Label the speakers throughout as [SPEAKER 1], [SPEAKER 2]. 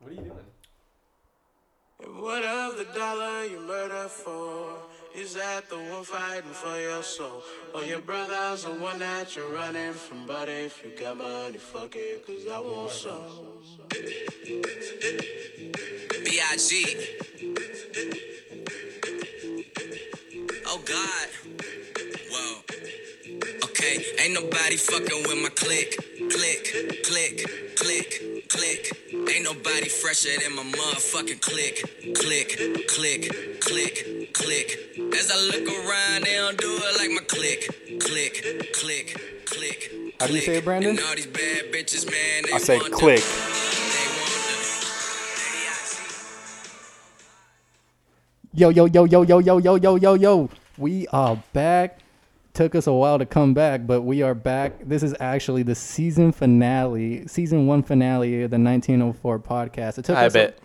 [SPEAKER 1] What are you doing?
[SPEAKER 2] And What of the dollar you murder for? Is that the one fighting for your soul? Or your brother's the one that you're running from? But if you got money, fuck it, cause I want some.
[SPEAKER 3] B.I.G. Oh God. Whoa. Okay. Ain't nobody fucking with my click, click, click, click, click. Ain't nobody fresher than my motherfucking click, click, click, click, click. As I look around, they don't do it like my click, click, click, click.
[SPEAKER 4] How do you say
[SPEAKER 3] click.
[SPEAKER 4] it, Brandon?
[SPEAKER 3] And all these bad bitches, man, they
[SPEAKER 4] I said
[SPEAKER 3] want the-
[SPEAKER 4] click.
[SPEAKER 3] They want the-
[SPEAKER 4] Yo, yo, yo, yo, yo, yo, yo, yo, yo, yo. We are back. Took us a while to come back, but we are back. This is actually the season finale, season one finale of the 1904 podcast. It took
[SPEAKER 5] I
[SPEAKER 4] us
[SPEAKER 5] bet.
[SPEAKER 4] A,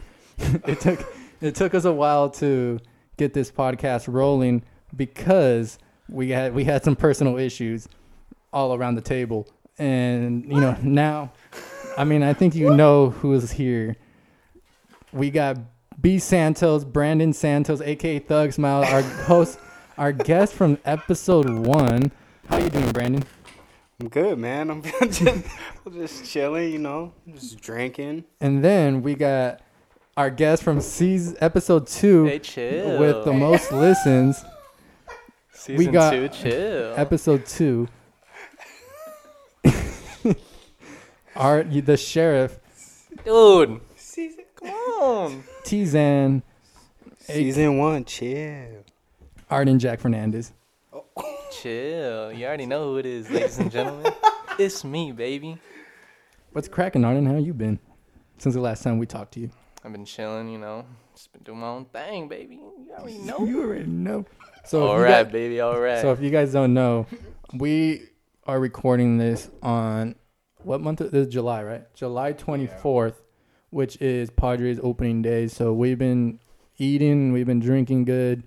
[SPEAKER 4] it took it took us a while to get this podcast rolling because we had we had some personal issues all around the table, and you know now, I mean I think you know who is here. We got B Santos, Brandon Santos, aka Thug Smile, our host, our guest from episode one. How you doing, Brandon?
[SPEAKER 5] I'm good, man. I'm just, I'm just chilling, you know, just drinking.
[SPEAKER 4] And then we got our guest from season episode two
[SPEAKER 5] Hey, chill.
[SPEAKER 4] with the most listens.
[SPEAKER 5] Season
[SPEAKER 4] got-
[SPEAKER 5] two,
[SPEAKER 4] Uh,
[SPEAKER 5] chill.
[SPEAKER 4] Episode two. our the sheriff
[SPEAKER 1] Dude. Season, come on.
[SPEAKER 4] Tizan,
[SPEAKER 5] Season one, chill.
[SPEAKER 4] Art and Jack Fernandez.
[SPEAKER 1] Chill. You already know who it is, ladies and gentlemen. It's me, baby.
[SPEAKER 4] What's cracking, Arden? How you been since the last time we talked to you?
[SPEAKER 1] I've been chilling, you know. Just been doing my own thing, baby. You already know.
[SPEAKER 4] You already know. So
[SPEAKER 1] All
[SPEAKER 4] if you
[SPEAKER 1] right,
[SPEAKER 4] got-
[SPEAKER 1] baby. All right.
[SPEAKER 4] So if you guys don't know, we are recording this on what month? This is July, right? July 24th, which is Padres opening day. So we've been eating, we've been drinking good.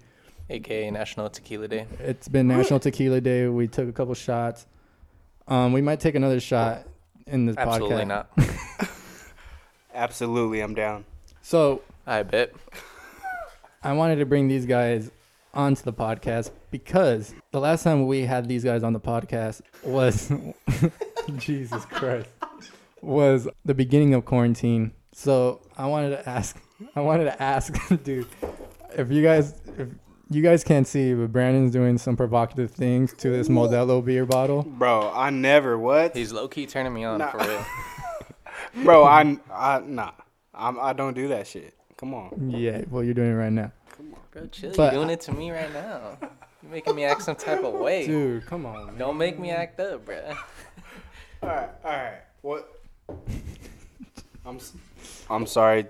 [SPEAKER 1] AKA National Tequila Day.
[SPEAKER 4] It's been National Tequila Day. We took a couple shots. Um, we might take another shot in this
[SPEAKER 1] Absolutely
[SPEAKER 4] podcast.
[SPEAKER 1] not.
[SPEAKER 5] Absolutely, I'm down.
[SPEAKER 4] So
[SPEAKER 1] I bet.
[SPEAKER 4] I wanted to bring these guys onto the podcast because the last time we had these guys on the podcast was Jesus Christ was the beginning of quarantine. So I wanted to ask I wanted to ask dude if you guys if you guys can't see but Brandon's doing some provocative things to this Modelo beer bottle.
[SPEAKER 5] Bro, I never, what?
[SPEAKER 1] He's low key turning me on
[SPEAKER 5] Nah.
[SPEAKER 1] for real.
[SPEAKER 5] Bro, I, I nah. I'm, I don't do that shit. Come on.
[SPEAKER 4] Yeah, well you're doing it right now.
[SPEAKER 1] Bro, chill.
[SPEAKER 4] But-
[SPEAKER 1] You're doing it to me right now. You're making me act some type of way.
[SPEAKER 4] Dude, come on. Man.
[SPEAKER 1] Don't make me act up, bruh.
[SPEAKER 5] All right, all right. What? I'm, s- I'm sorry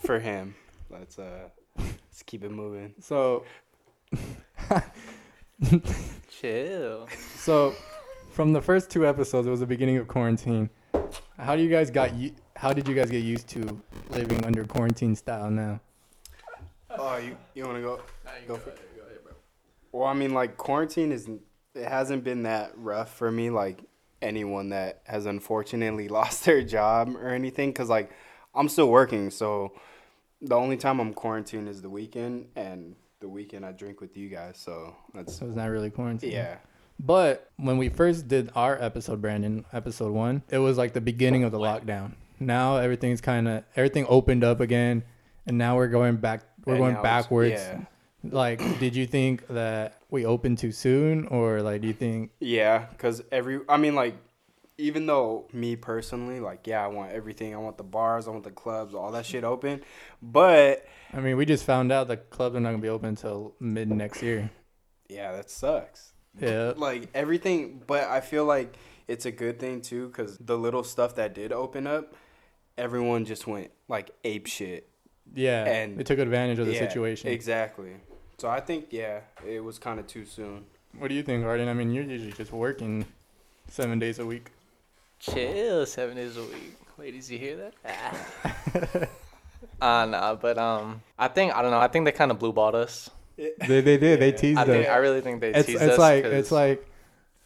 [SPEAKER 5] for him. Let's, uh, let's keep it moving.
[SPEAKER 4] So
[SPEAKER 1] Chill.
[SPEAKER 4] So, from the first two episodes, it was the beginning of quarantine. How do you guys got? u- How did you guys get used to living under quarantine style now?
[SPEAKER 5] Oh, you, you want to go? go, for it. Well, I mean, like quarantine is it hasn't been that rough for me. Like anyone that has unfortunately lost their job or anything, because like I'm still working, so the only time I'm quarantined is the weekend, and the weekend I drink with you guys. So that's
[SPEAKER 4] So it's not really quarantine.
[SPEAKER 5] yeah.
[SPEAKER 4] But when we first did our episode, Brandon, episode one, it was like the beginning of the lockdown. Now everything's kind of everything opened up again, and now we're going back. We're
[SPEAKER 5] And
[SPEAKER 4] going
[SPEAKER 5] now it's-
[SPEAKER 4] backwards.
[SPEAKER 5] yeah.
[SPEAKER 4] Like, did you think that we opened too soon, or like, do you think?
[SPEAKER 5] Yeah, because every, I mean, like, even though me personally, like, yeah, I want everything. I want the bars, I want the clubs, all that shit open. But
[SPEAKER 4] I mean, we just found out the clubs are not gonna be open until mid next year.
[SPEAKER 5] yeah, that sucks.
[SPEAKER 4] Yeah.
[SPEAKER 5] like everything but i feel like it's a good thing too because the little stuff that did open up everyone just went like ape shit
[SPEAKER 4] Yeah,
[SPEAKER 5] And-
[SPEAKER 4] they took advantage of the
[SPEAKER 5] Yeah,
[SPEAKER 4] situation.
[SPEAKER 5] exactly so i think yeah it was kind of too soon
[SPEAKER 4] what do you think, Arden? I mean, you're usually just working seven days a week.
[SPEAKER 1] Chill. Seven days a week. Ladies, you hear that? Ah. uh, nah, but um, I think I don't know. I think they kind of blue balled us.
[SPEAKER 4] They they did. They teased
[SPEAKER 1] I
[SPEAKER 4] us.
[SPEAKER 1] think I really think they
[SPEAKER 4] it's
[SPEAKER 1] teased
[SPEAKER 4] it's
[SPEAKER 1] us.
[SPEAKER 4] like
[SPEAKER 1] 'cause
[SPEAKER 4] it's like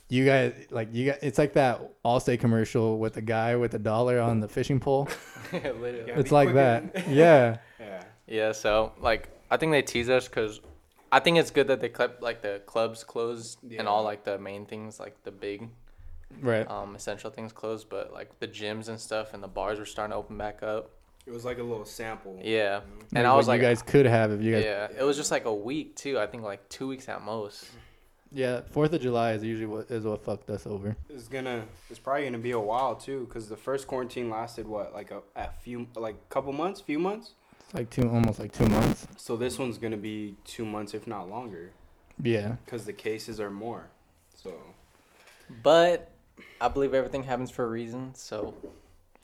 [SPEAKER 4] you guys like you guys, it's like that Allstate commercial with the guy with the dollar on the fishing pole.
[SPEAKER 1] Literally.
[SPEAKER 5] Yeah,
[SPEAKER 4] It's
[SPEAKER 5] be
[SPEAKER 4] like
[SPEAKER 5] quicker.
[SPEAKER 4] that. Yeah.
[SPEAKER 5] Yeah.
[SPEAKER 1] Yeah, so like I think they tease us because I think it's good that they kept like the clubs closed
[SPEAKER 5] Yeah.
[SPEAKER 1] and all like the main things, like the big
[SPEAKER 4] Right.
[SPEAKER 1] um, essential things closed, but like the gyms and stuff and the bars were starting to open back up.
[SPEAKER 5] It was like a little sample.
[SPEAKER 1] Yeah,
[SPEAKER 4] Like
[SPEAKER 1] and I
[SPEAKER 4] what
[SPEAKER 1] was like,
[SPEAKER 4] you guys could have if you guys. Yeah.
[SPEAKER 1] yeah, it was just like a week too. I think like two weeks at most.
[SPEAKER 4] Fourth of July is usually what is what fucked us over.
[SPEAKER 5] It's gonna. It's probably gonna be a while too, because the first quarantine lasted what, like a, a few, like couple months, few months.
[SPEAKER 4] It's like two, almost like two months.
[SPEAKER 5] So this one's gonna be two months, if not longer,
[SPEAKER 4] Yeah.
[SPEAKER 5] because the cases are more. So
[SPEAKER 1] But I believe everything happens for a reason. So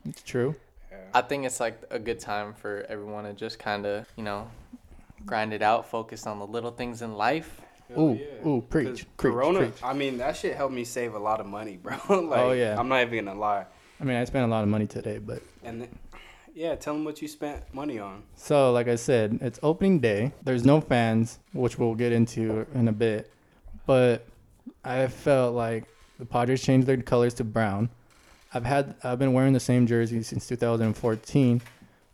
[SPEAKER 4] It's true.
[SPEAKER 5] yeah.
[SPEAKER 1] I think it's like a good time for everyone to just kind of you know grind it out, focus on the little things in life.
[SPEAKER 5] Hell
[SPEAKER 4] ooh, ooh, Oh, preach,
[SPEAKER 5] Oh, 'Cause
[SPEAKER 4] preach,
[SPEAKER 5] Corona.
[SPEAKER 4] preach.
[SPEAKER 5] I mean, that shit helped me save a lot of money, bro. like,
[SPEAKER 4] Oh, yeah.
[SPEAKER 5] I'm not even gonna lie.
[SPEAKER 4] I mean, I spent a lot of money today, but
[SPEAKER 5] And th- yeah, tell them what you spent money on.
[SPEAKER 4] So, like I said, it's opening day. There's no fans, which we'll get into in a bit. But I felt like the Padres changed their colors to brown. I've had I've been wearing the same jersey since 2014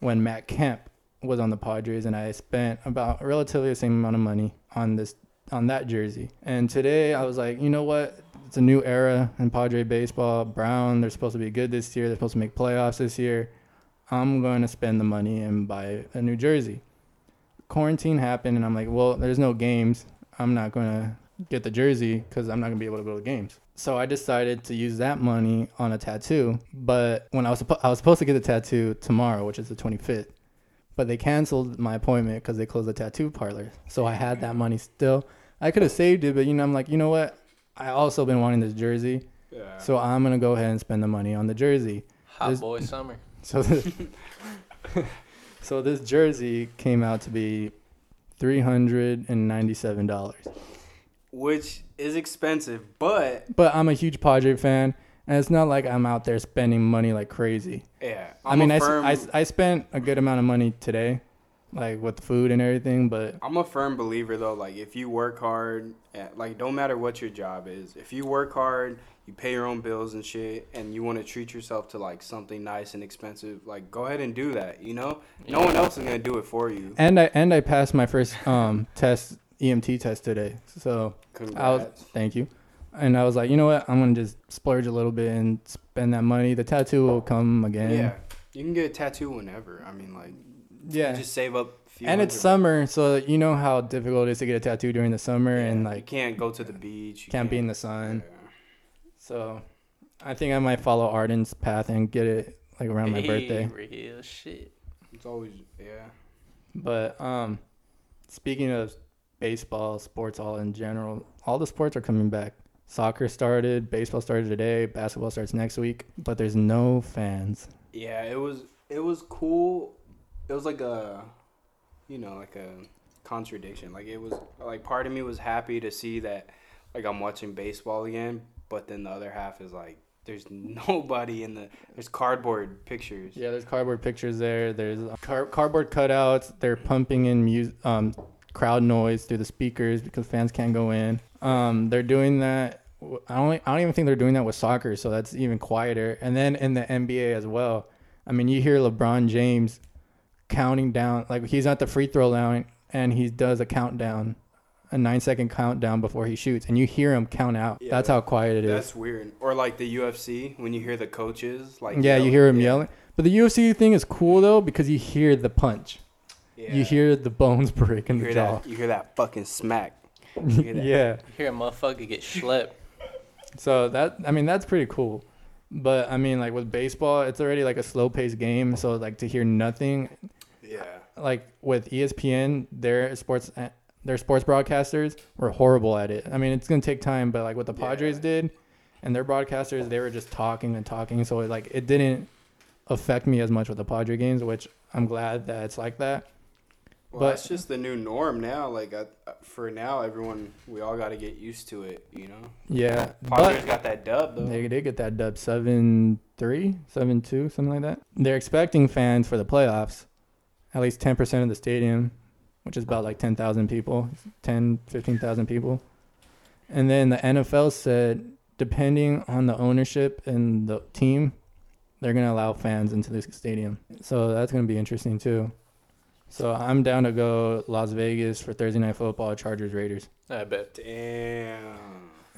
[SPEAKER 4] when Matt Kemp was on the Padres and I spent about relatively the same amount of money on this on that jersey. And today I was like, you know what? It's a new era in Padre baseball. Brown, they're supposed to be good this year. They're supposed to make playoffs this year. I'm going to spend the money and buy a new jersey. Quarantine happened, and I'm like, well, there's no games. I'm not going to get the jersey because I'm not going to be able to go to games. So I decided to use that money on a tattoo. But when I was, suppo- I was supposed to get the tattoo tomorrow, which is the 25th, but they canceled my appointment because they closed the tattoo parlor. So I had that money still. I could have saved it, but you know, I'm like, you know what? I also been wanting this jersey.
[SPEAKER 5] Yeah.
[SPEAKER 4] So I'm going to go ahead and spend the money on the jersey.
[SPEAKER 1] Hot
[SPEAKER 4] There's-
[SPEAKER 1] boy summer.
[SPEAKER 4] So this, so this jersey came out to be three hundred and ninety-seven dollars.
[SPEAKER 5] Which is expensive, but
[SPEAKER 4] But I'm a huge Padre fan, and it's not like I'm out there spending money like crazy.
[SPEAKER 5] yeah.
[SPEAKER 4] i
[SPEAKER 5] I'm
[SPEAKER 4] mean, I
[SPEAKER 5] a
[SPEAKER 4] s
[SPEAKER 5] firm,
[SPEAKER 4] I s I spent a good amount of money today, like with food and everything. But
[SPEAKER 5] I'm a firm believer though. Like, if you work hard, at, like, don't matter what your job is. If you work hard, you pay your own bills and shit, and you want to treat yourself to like something nice and expensive, like, go ahead and do that. You know, no one else is gonna do it for you.
[SPEAKER 4] and I and I passed my first um test EMT test today, so I was
[SPEAKER 5] Congrats.
[SPEAKER 4] thank you. And I was like, you know what? I'm gonna just splurge a little bit and spend that money. The tattoo will come again.
[SPEAKER 5] yeah, you can get a tattoo whenever. I mean, like,
[SPEAKER 4] yeah.
[SPEAKER 5] just save up. a few
[SPEAKER 4] and it's
[SPEAKER 5] hundred-
[SPEAKER 4] summer, so you know how difficult it is to get a tattoo during the summer and
[SPEAKER 5] you
[SPEAKER 4] like can't,
[SPEAKER 5] can't go to the beach. You
[SPEAKER 4] be in the sun.
[SPEAKER 5] Yeah.
[SPEAKER 4] So I think I might follow Arden's path and get it like around my birthday.
[SPEAKER 1] Real shit.
[SPEAKER 5] It's always yeah.
[SPEAKER 4] But um speaking of baseball, sports all in general, all the sports are coming back. Soccer started, baseball started today, basketball starts next week, but there's no fans.
[SPEAKER 5] Yeah, it was it was cool. It was like a you know, like a contradiction. Like it was like part of me was happy to see that like I'm watching baseball again, but then the other half is like there's nobody in the there's cardboard pictures.
[SPEAKER 4] Yeah, there's cardboard pictures there. There's uh, car- cardboard cutouts. They're pumping in mu- um, crowd noise through the speakers because fans can't go in. Um, they're doing that. w- I don't. I don't even think they're doing that with soccer, so that's even quieter. And then in the NBA as well. I mean, you hear LeBron James counting down. Like he's at the free throw line and he does a countdown, a nine second countdown before he shoots, and you hear him count out.
[SPEAKER 5] Yeah,
[SPEAKER 4] that's how quiet it is.
[SPEAKER 5] That's weird. Or like the UFC when you hear the coaches like
[SPEAKER 4] Yeah, you
[SPEAKER 5] yell-
[SPEAKER 4] hear him
[SPEAKER 5] yeah,
[SPEAKER 4] yelling. But the UFC thing is cool though because you hear the punch.
[SPEAKER 5] yeah.
[SPEAKER 4] You hear the bones break in
[SPEAKER 5] you
[SPEAKER 4] the
[SPEAKER 5] hear
[SPEAKER 4] jaw.
[SPEAKER 5] that you hear that fucking smack. You hear that.
[SPEAKER 4] Yeah.
[SPEAKER 1] You hear a motherfucker get schlepped.
[SPEAKER 4] So that I mean that's pretty cool. But I mean like with baseball, it's already like a slow paced game, so like to hear nothing
[SPEAKER 5] Yeah.
[SPEAKER 4] like with E ESPN, their sports eh, their sports broadcasters were horrible at it. I mean, it's going to take time, but like what the Padres
[SPEAKER 5] Yeah.
[SPEAKER 4] did and their broadcasters, they were just talking and talking, so it, like it didn't affect me as much with the Padre games, which I'm glad that it's like that.
[SPEAKER 5] Well,
[SPEAKER 4] But-
[SPEAKER 5] that's just the new norm now. Like I, uh, for now, everyone we all got to get used to it. You know,
[SPEAKER 4] Yeah,
[SPEAKER 5] Padres
[SPEAKER 4] but
[SPEAKER 5] got that dub though.
[SPEAKER 4] they did get that dub seven three, seven two, something like that. They're expecting fans for the playoffs, at least ten percent of the stadium, which is about like ten thousand people, 10, 15,000 people. And then the NFL said depending on the ownership and the team, they're going to allow fans into the stadium. So that's going to be interesting too. So I'm down to go Las Vegas for Thursday night football, Chargers Raiders
[SPEAKER 1] I bet.
[SPEAKER 5] Damn.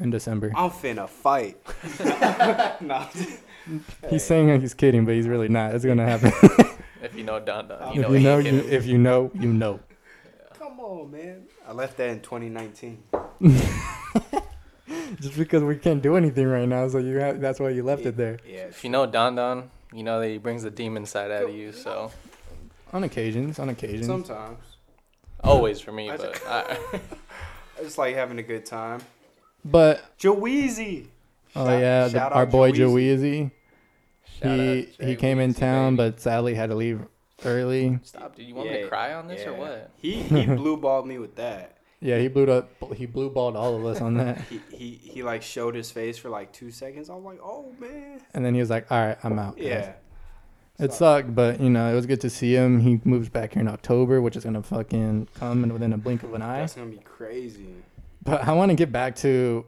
[SPEAKER 4] in December.
[SPEAKER 5] I'm finna fight. nah.
[SPEAKER 4] He's saying like he's kidding, but he's really not. It's going to happen.
[SPEAKER 1] If you know Don Don, you know,
[SPEAKER 4] if you
[SPEAKER 1] he
[SPEAKER 4] know,
[SPEAKER 1] can.
[SPEAKER 4] you, if you know, you know.
[SPEAKER 5] Come on, man. I left that in 2019.
[SPEAKER 4] Just because we can't do anything right now, so you have, that's why you left it there.
[SPEAKER 5] Yeah.
[SPEAKER 1] If you know Don Don, you know that he brings the demon side out of you. So
[SPEAKER 4] On occasions, on occasions.
[SPEAKER 5] Sometimes.
[SPEAKER 1] always for me, but I,
[SPEAKER 5] I just like having a good time.
[SPEAKER 4] But
[SPEAKER 5] Joeezy.
[SPEAKER 4] oh
[SPEAKER 5] Shout-
[SPEAKER 4] yeah, the,
[SPEAKER 5] shout
[SPEAKER 4] our
[SPEAKER 5] out
[SPEAKER 4] boy
[SPEAKER 5] Joeezy.
[SPEAKER 4] Joeezy.
[SPEAKER 1] Shout
[SPEAKER 4] He
[SPEAKER 1] out
[SPEAKER 4] he
[SPEAKER 1] Jay
[SPEAKER 4] came in
[SPEAKER 1] Weezy,
[SPEAKER 4] town,
[SPEAKER 1] baby.
[SPEAKER 4] but sadly had to leave early.
[SPEAKER 1] stop. Did you want me to cry on this or
[SPEAKER 5] yeah.
[SPEAKER 1] what?
[SPEAKER 5] He he blue balled me with that.
[SPEAKER 4] Yeah, he blew up. He blue balled all of us on that,
[SPEAKER 5] He, he he like showed his face for like two seconds. I was like, oh man.
[SPEAKER 4] and then he was like, "All right, I'm out." guys."
[SPEAKER 5] Yeah.
[SPEAKER 4] it sucked, but you know it was good to see him. He moves back here in October, which is gonna fucking come in within a blink of an eye.
[SPEAKER 5] That's gonna be crazy.
[SPEAKER 4] But I want to get back to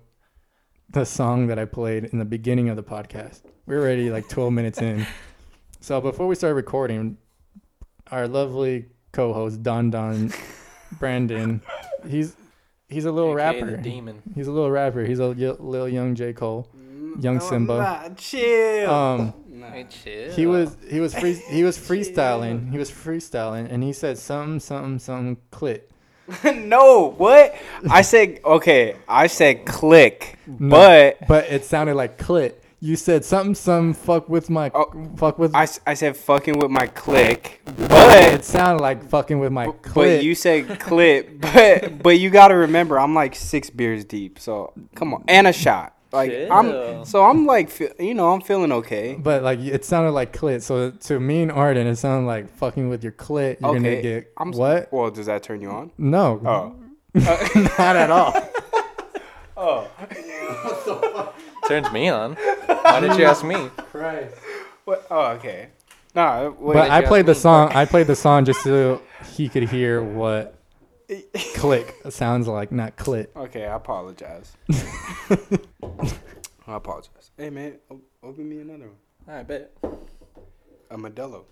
[SPEAKER 4] the song that I played in the beginning of the podcast. We're already like 12 minutes in. So before we start recording, our lovely co-host Don Don Brandon, he's he's a little
[SPEAKER 1] AKA the
[SPEAKER 4] rapper.
[SPEAKER 1] demon.
[SPEAKER 4] He's a little rapper. He's a y- little young J Cole, young Simba.
[SPEAKER 5] Nah, chill.
[SPEAKER 4] Um,
[SPEAKER 5] Nah.
[SPEAKER 1] Hey, chill.
[SPEAKER 4] he was he was free he was freestyling. He was freestyling, and he said something something something clit.
[SPEAKER 5] no, what? I said okay. I said click,
[SPEAKER 4] No,
[SPEAKER 5] but
[SPEAKER 4] but it sounded like clit. You said something, some fuck with my
[SPEAKER 5] Oh,
[SPEAKER 4] fuck with.
[SPEAKER 5] I, s- I said fucking with my click,
[SPEAKER 4] it
[SPEAKER 5] but
[SPEAKER 4] sounded like fucking with my clit.
[SPEAKER 5] but you said clip, but but you gotta remember I'm like six beers deep, so come on, and a shot. Like I'm
[SPEAKER 1] Chill.
[SPEAKER 5] so I'm like fe- you know I'm feeling okay.
[SPEAKER 4] but like it sounded like clit. So to me and Arden, it sounded like fucking with your clit. You're
[SPEAKER 5] Okay,
[SPEAKER 4] gonna get
[SPEAKER 5] I'm s-
[SPEAKER 4] what?
[SPEAKER 5] Well, does that turn you on?
[SPEAKER 4] No,
[SPEAKER 5] Oh,
[SPEAKER 4] not at all.
[SPEAKER 1] turns me on. Why did you ask me?
[SPEAKER 5] what? Oh, okay. Nah, wait,
[SPEAKER 4] But I
[SPEAKER 5] yeah.
[SPEAKER 4] played the song. I played the song just so he could hear what click sounds like, not clit.
[SPEAKER 5] Okay, I apologize. I apologize. Hey man, o- open me another one.
[SPEAKER 1] I bet.
[SPEAKER 5] A Modelo.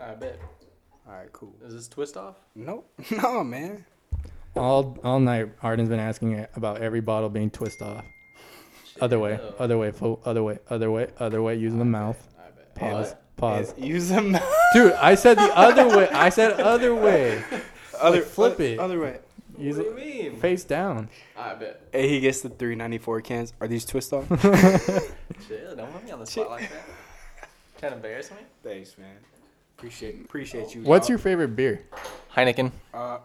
[SPEAKER 1] I bet.
[SPEAKER 5] All right, cool.
[SPEAKER 1] Is this twist off?
[SPEAKER 5] Nope. No, man.
[SPEAKER 4] All all night, Arden's been asking about every bottle being twist off. Other way, other way, fo- other way, other way, other way. Using the mouth. Pause. Pause.
[SPEAKER 5] Use them.
[SPEAKER 4] Dude, I said the other way. I said other way.
[SPEAKER 5] other
[SPEAKER 4] flip
[SPEAKER 5] other-
[SPEAKER 4] it.
[SPEAKER 5] Other way.
[SPEAKER 4] Use it
[SPEAKER 1] mean?
[SPEAKER 4] face down.
[SPEAKER 1] I bet.
[SPEAKER 5] Hey, he gets the 394 cans. Are these twist off?
[SPEAKER 1] Chill. Don't put me on the spot like that. Trying to embarrass me?
[SPEAKER 5] Thanks, man. Appreciate appreciate you.
[SPEAKER 4] What's
[SPEAKER 5] dog.
[SPEAKER 4] your favorite beer?
[SPEAKER 1] Heineken.
[SPEAKER 5] Uh,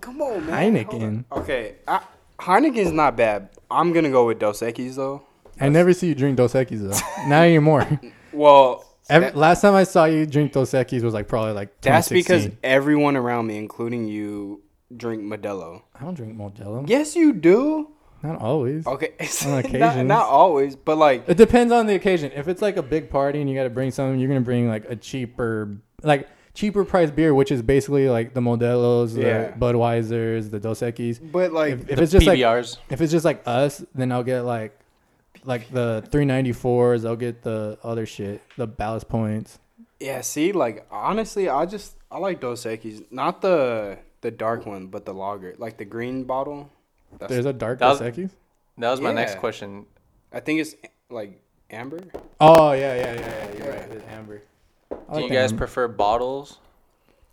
[SPEAKER 5] come on, man. Hold
[SPEAKER 4] Heineken.
[SPEAKER 5] on. Okay, I, Heineken's not bad. I'm gonna go with Dos Equis though.
[SPEAKER 4] I never see you drink Dos Equis though. Not anymore.
[SPEAKER 5] Well,
[SPEAKER 4] Every,
[SPEAKER 5] that-
[SPEAKER 4] last time I saw you drink Dos Equis was like probably like
[SPEAKER 5] that's because
[SPEAKER 4] 2016.
[SPEAKER 5] everyone around me, including you, drink Modelo.
[SPEAKER 4] I don't drink Modelo.
[SPEAKER 5] Yes, you do.
[SPEAKER 4] Not always.
[SPEAKER 5] Okay, not,
[SPEAKER 4] occasions.
[SPEAKER 5] not always, but like
[SPEAKER 4] It depends on the occasion. If it's like a big party and you got to bring something, you're gonna bring like a cheaper, like cheaper priced beer, which is basically like the Modelo's,
[SPEAKER 5] Yeah.
[SPEAKER 4] the Budweisers, the Dos Equis.
[SPEAKER 5] But, like,
[SPEAKER 4] if, if
[SPEAKER 1] The
[SPEAKER 4] it's just like
[SPEAKER 1] PBRs.
[SPEAKER 4] if it's just like us, then I'll get like like the 394s. I'll get the other shit, the Ballast Points.
[SPEAKER 5] yeah. See, like honestly, I just I like Dos Equis, not the the dark one, but the lager, like the green bottle. That's,
[SPEAKER 4] There's a dark
[SPEAKER 1] That
[SPEAKER 4] Dos
[SPEAKER 1] was-
[SPEAKER 4] Equis.
[SPEAKER 1] That was my next
[SPEAKER 5] Yeah.
[SPEAKER 1] question.
[SPEAKER 5] I think it's like amber.
[SPEAKER 4] Oh yeah, yeah, yeah, yeah. You're right. It's amber. I
[SPEAKER 1] Do
[SPEAKER 4] like
[SPEAKER 1] you
[SPEAKER 4] the
[SPEAKER 1] guys
[SPEAKER 4] amber
[SPEAKER 1] prefer bottles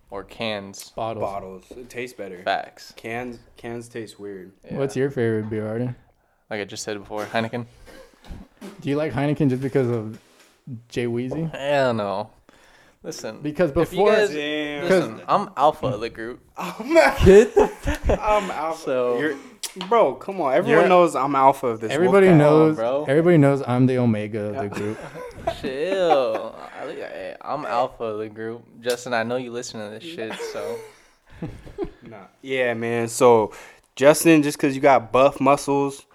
[SPEAKER 1] or cans?
[SPEAKER 4] bottles?
[SPEAKER 5] bottles. It tastes better.
[SPEAKER 1] Facts.
[SPEAKER 5] Cans cans taste weird.
[SPEAKER 4] What's your favorite beer, Arden?
[SPEAKER 1] Like I just said before, Heineken.
[SPEAKER 4] Do you like Heineken just because of Jay Weezy?
[SPEAKER 1] Hell no. Listen.
[SPEAKER 4] Because
[SPEAKER 1] if you
[SPEAKER 4] before-
[SPEAKER 1] guys-
[SPEAKER 5] Damn.
[SPEAKER 1] listen, I'm alpha of the group.
[SPEAKER 4] Get the
[SPEAKER 5] I'm alpha.
[SPEAKER 1] So-
[SPEAKER 5] You're, bro, come on. Everyone
[SPEAKER 4] You're-
[SPEAKER 5] knows I'm alpha of this.
[SPEAKER 4] Everybody
[SPEAKER 5] Wolfpack.
[SPEAKER 4] knows.
[SPEAKER 1] bro.
[SPEAKER 4] Everybody knows I'm the omega of the group.
[SPEAKER 1] Chill. I- I'm alpha of the group. Justin, I know you listen to this shit, so
[SPEAKER 5] Nah. Yeah, man. So, Justin, just because you got buff muscles,